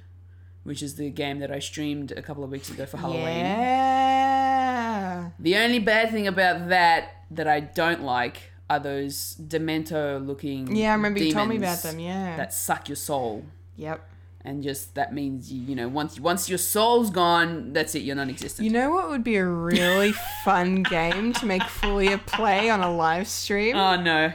which is the game that I streamed a couple of weeks ago for Halloween. yeah. The only bad thing about that that I don't like are those Demento looking. Yeah, I remember you told me about them, yeah. That suck your soul. Yep. And just that means you, you know once once your soul's gone, that's it. You're non-existent. You know what would be a really fun game to make Fulia play on a live stream? oh no!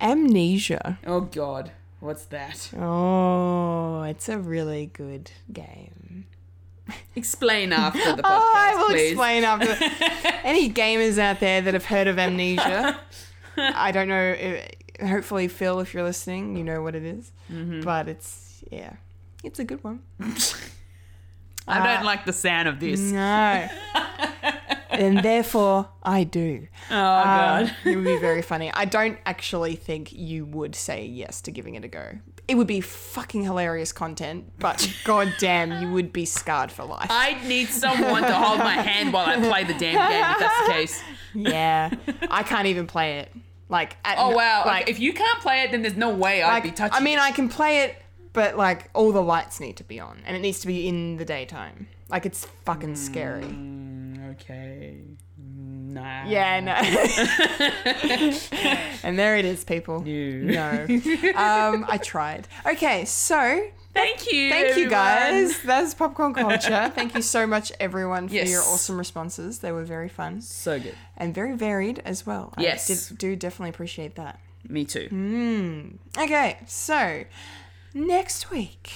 Amnesia. Oh god! What's that? Oh, it's a really good game. Explain after the podcast, oh, I will please. explain after. Any gamers out there that have heard of amnesia, I don't know. If, hopefully, Phil, if you're listening, you know what it is. Mm-hmm. But it's yeah, it's a good one. I don't like the sound of this. No. and therefore, I do. Oh Um, god! it would be very funny. I don't actually think you would say yes to giving it a go. It would be fucking hilarious content, but goddamn, you would be scarred for life. I need someone to hold my hand while I play the damn game. If that's the case. yeah, I can't even play it. Like, at Oh n- wow! like if you can't play it, then there's no way I'd like, be touching. I mean, I can play it, but like all the lights need to be on, and it needs to be in the daytime. Like it's fucking scary. Mm. okay. Nah. Yeah, no. and there it is, people. No. Um, I tried. Okay, so Thank you. Thank everyone. you guys. That's popcorn culture. Thank you so much, everyone, for Yes. your awesome responses. They were very fun So good. and very varied as well. Yes. I did, do definitely appreciate that. Me too. Mm. Okay, so next week.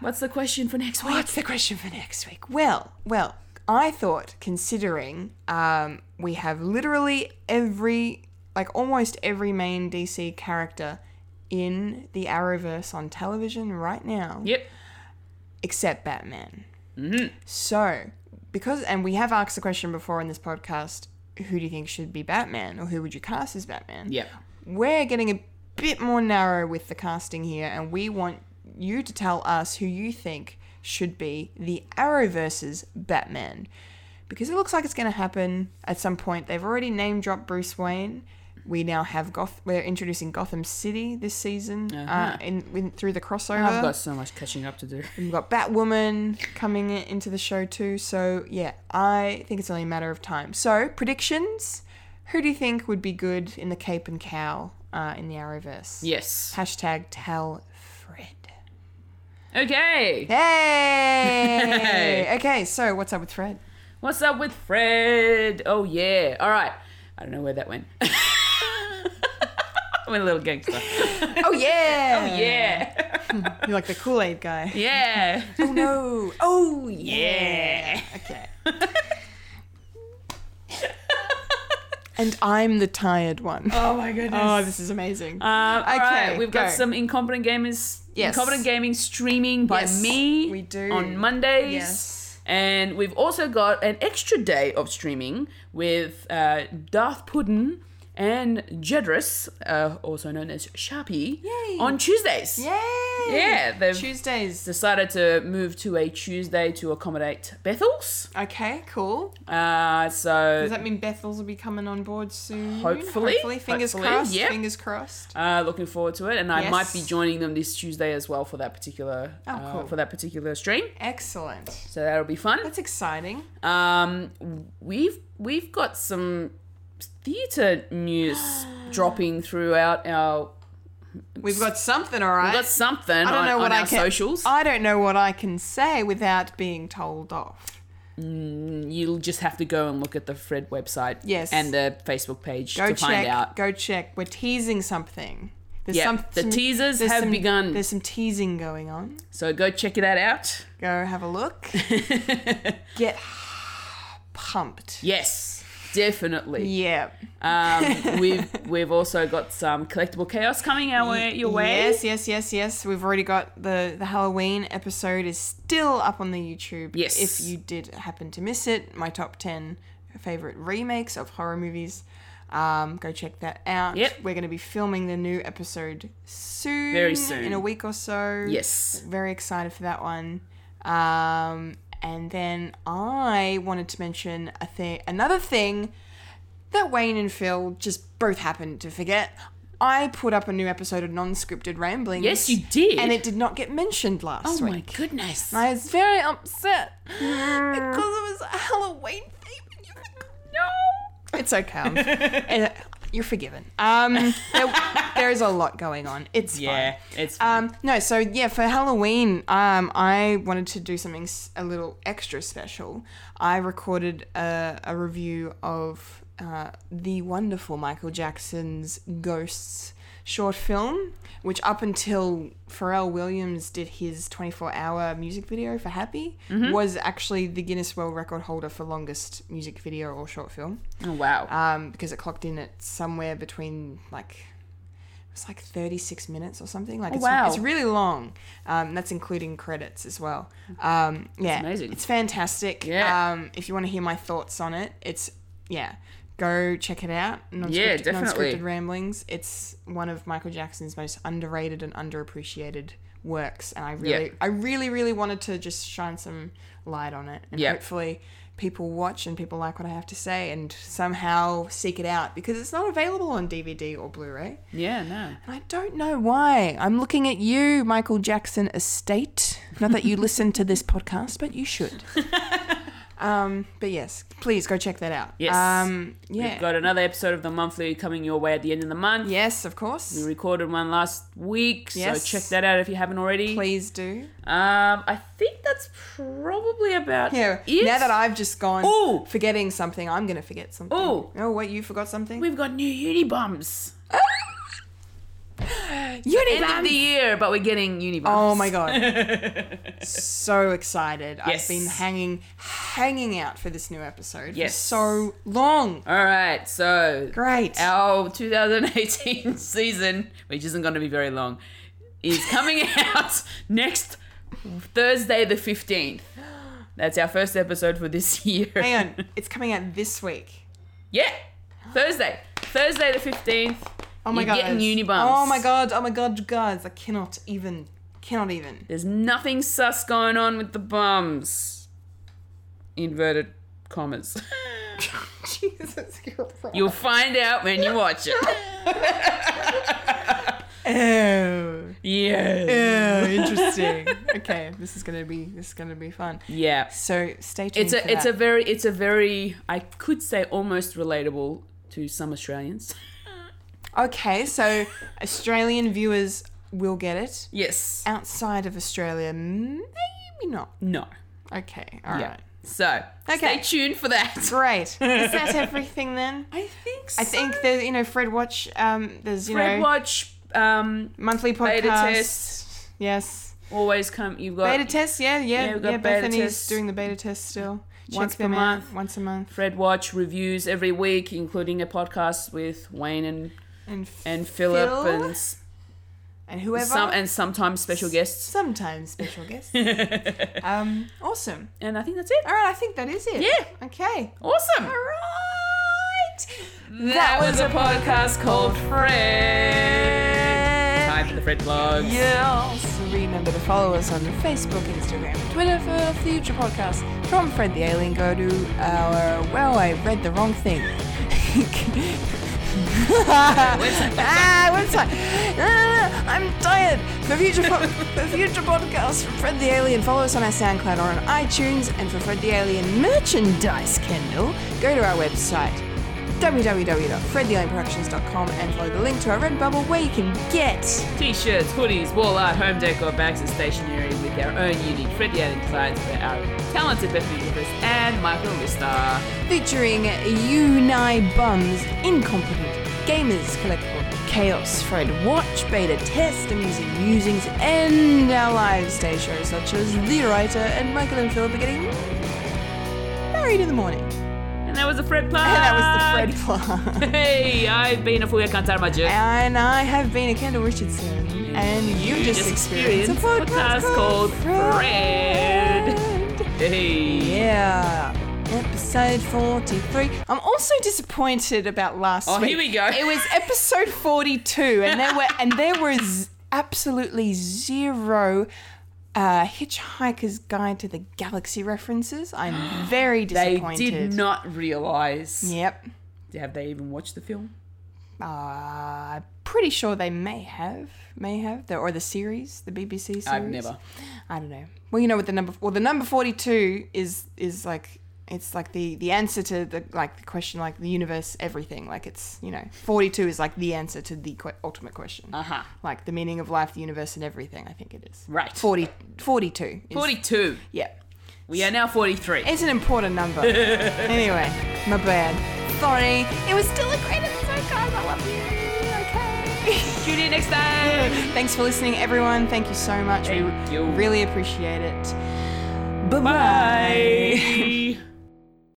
What's the question for next week? What's the question for next week? Well, well, I thought considering um, we have literally every, like almost every main DC character in the Arrowverse on television right now. Yep. except Batman. So, because, and we have asked the question before in this podcast who do you think should be Batman or who would you cast as Batman? Yep. We're getting a bit more narrow with the casting here, and we want you to tell us who you think should be the Arrow versus Batman. Because it looks like it's going to happen at some point. They've already name dropped Bruce Wayne. We now have Goth. We're introducing Gotham City this season uh, in, in through the crossover. I've got so much catching up to do. We've got Batwoman coming i- into the show too. So yeah, I think it's only a matter of time. So predictions: Who do you think would be good in the Cape and Cow uh, in the Arrowverse? Yes. Hashtag tell Fred. Okay. Hey. okay, so what's up with Fred? What's up with Fred? Oh yeah. All right. I don't know where that went. I'm a little gangster. Oh yeah. Yeah. You're like the Kool Aid guy. Yeah. Oh no. Oh yeah. Yeah. Okay. and I'm the tired one. Oh my goodness. Oh, this is Um, amazing. Okay, all right, we've got go. some incompetent gamers, Yes. incompetent gaming streaming by Yes, me. we do. on Mondays. Yes. And we've also got an extra day of streaming with uh, Darth Puddin and Jedris, uh, also known as Sharpie, Yay. on Tuesdays. Yay! Yeah, they've- Tuesdays. Decided to move to a Tuesday to accommodate Bethel's. Okay, cool. Uh, so Does that mean Bethel's will be coming on board soon? Hopefully. Hopefully, fingers Hopefully, crossed. yep. Fingers crossed. Uh, looking forward to it, and I Yes. might be joining them this Tuesday as well for that particular Oh, uh, cool. for that particular stream. Excellent. So that'll be fun. That's exciting. Um, we've we've got some theatre news dropping throughout our. We've got something, all right. We've got something I don't on, know what on I our can. socials. I don't know what I can say without being told off. You'll just have to go and look at the Fred website Yes. and the Facebook page Go to check. find out. Go check. We're teasing something. There's Yeah, the teasers there's have some- begun. There's some teasing going on. So go check that out. Go have a look. Get pumped. Yes, definitely. Yeah. Um, we've we've also got some collectible chaos coming our way, your way. Yes, yes, yes, yes. We've already got the the Halloween episode is still up on the YouTube. Yes. If you did happen to miss it, my top ten favorite remakes of horror movies. Um, go check that out. Yep. We're going to be filming the new episode soon. Very soon. In a week or so. Yes. Very excited for that one. Um, and then I wanted to mention a thing, another thing that Wayne and Phil just both happened to forget. I put up a new episode of non-scripted ramblings. Yes, you did. and it did not get mentioned last Oh week. my goodness. I was very upset because it was a Halloween theme. And you no, it's okay. I'm- eh, You're forgiven. Um, there, there is a lot going on. It's yeah, fine. it's fine. Um, no, so yeah, for Halloween, um, I wanted to do something s- a little extra special. I recorded a, a review of uh, the wonderful Michael Jackson's Ghosts short film, which up until Pharrell Williams did his 24 hour music video for Happy, was actually the Guinness World Record holder for longest music video or short film oh, wow. um, because it clocked in at somewhere between like it's like 36 minutes or something like it's, Oh, wow. it's really long um, that's including credits as well um, yeah amazing. it's fantastic Yeah. um, if you want to hear my thoughts on it it's yeah go check it out non-scripted, Yeah, definitely. non-scripted ramblings it's one of michael jackson's most underrated and underappreciated works and i really Yeah. i really really wanted to just shine some light on it and Yeah. hopefully people watch and people like what I have to say and somehow seek it out because it's not available on DVD or Blu-ray. yeah, no. And I don't know why. I'm looking at you, Michael Jackson Estate. Not that you listen to this podcast, but you should. um, but yes, please go check that out. Yes. Um, yeah. We've got another episode of the monthly coming your way at the end of the month. yes, of course. We recorded one last week, Yes. so check that out if you haven't already. Please do. Um, I think that's probably about Here, it. now that I've just gone Ooh. forgetting something, I'm going to forget something. Ooh. Oh, wait, you forgot something? we've got new uni bums. End Uniband! of the year, but we're getting uni bums. Oh my god. so excited. Yes. I've been hanging hanging out for this new episode Yes. for so long. All right, so Great. our 2018 season, which isn't going to be very long, is coming out next Thursday the 15th. That's our first episode for this year. Hang on. It's coming out this week. Yeah, Thursday. Thursday the 15th. Oh my You're god. getting uni bumps. Oh my god. Oh my god, guys. I cannot even cannot even. There's nothing sus going on with the bums. Inverted commas. Jesus Christ. You'll find out when you watch it. Oh, Yeah. oh, interesting. okay, this is gonna be this is gonna be fun. Yeah. So stay tuned. It's for a it's a that. very it's a very I could say almost relatable to some Australians. okay. So Australian viewers will get it. Yes. Outside of Australia, maybe not. No. Okay, all right. Yeah. So stay Okay. tuned for that. Great. Is that everything then? I think so. I think there's you know Fred Watch. Um, there's you Red know Watch um monthly podcast. Beta test. Yes, always come you've got beta test. Yeah, yeah, Yeah, yeah. we've got beta Bethany's tests. doing the beta test still. Check Once per them out month. once a month. Fred Watch reviews every week, including a podcast with Wayne and And and Philip Phil? and s- and whoever. some and sometimes special guests. sometimes special guests. um, awesome. And I think that's it. All right, I think that is it. Yeah. Okay. Awesome. All right. That was a podcast called Fred. Time for the Fred vlogs. Yeah. So remember to follow us on Facebook, Instagram, Twitter for future podcasts. From Fred the Alien, go to our. Well, I read the wrong thing. ah, website. Ah, I'm tired. For future, po- for future podcasts from Fred the Alien, follow us on our SoundCloud or on iTunes. And for Fred the Alien merchandise, Kendall, go to our website www.fredthealienproductions.com and follow the link to our Redbubble where you can get T-shirts, hoodies, wall art, home decor, bags, and stationery with our own unique Fred the Alien designs for our talented Bethany Griffiths and Michael Lister. featuring Unai Bums, Incompetent, Gamers Collectible, Chaos, Fred Watch, Beta Test, Amusing Musings, and our live stage shows such as The Writer and Michael and Philip are getting married in the morning. And that was the Fred plug. And that was the Fred plug. Hey, I've been a Fuya Cantarmaju. And I have been a Kendall Richardson, and you, you just, just experienced a experienced podcast, podcast called called Fred. Fred. Hey. Yeah. Episode 43. I'm also disappointed about last Oh, week. here we go. It was episode 42 and there were and there was absolutely zero uh, Hitchhiker's Guide to the Galaxy references. I'm very They disappointed. did not realize Yep. Have they even watched the film? Uh, pretty sure they may have, may have, the, or the series, the BBC series. I've never. I don't know. Well, you know what the number. Well, the number forty-two is is like it's like the the answer to the like the question, like the universe, everything. Like it's you know forty-two is like the answer to the que- ultimate question. Uh Uh-huh. Like the meaning of life, the universe, and everything. I think it is. Right. 40, 42. is- 42. Yeah. We are now 43. It's an important number. anyway, my bad. Sorry. It was still a great episode, guys. I love you. Okay. Tune in next time. Thanks for listening, everyone. Thank you so much. Thank we you. really appreciate it. Bye.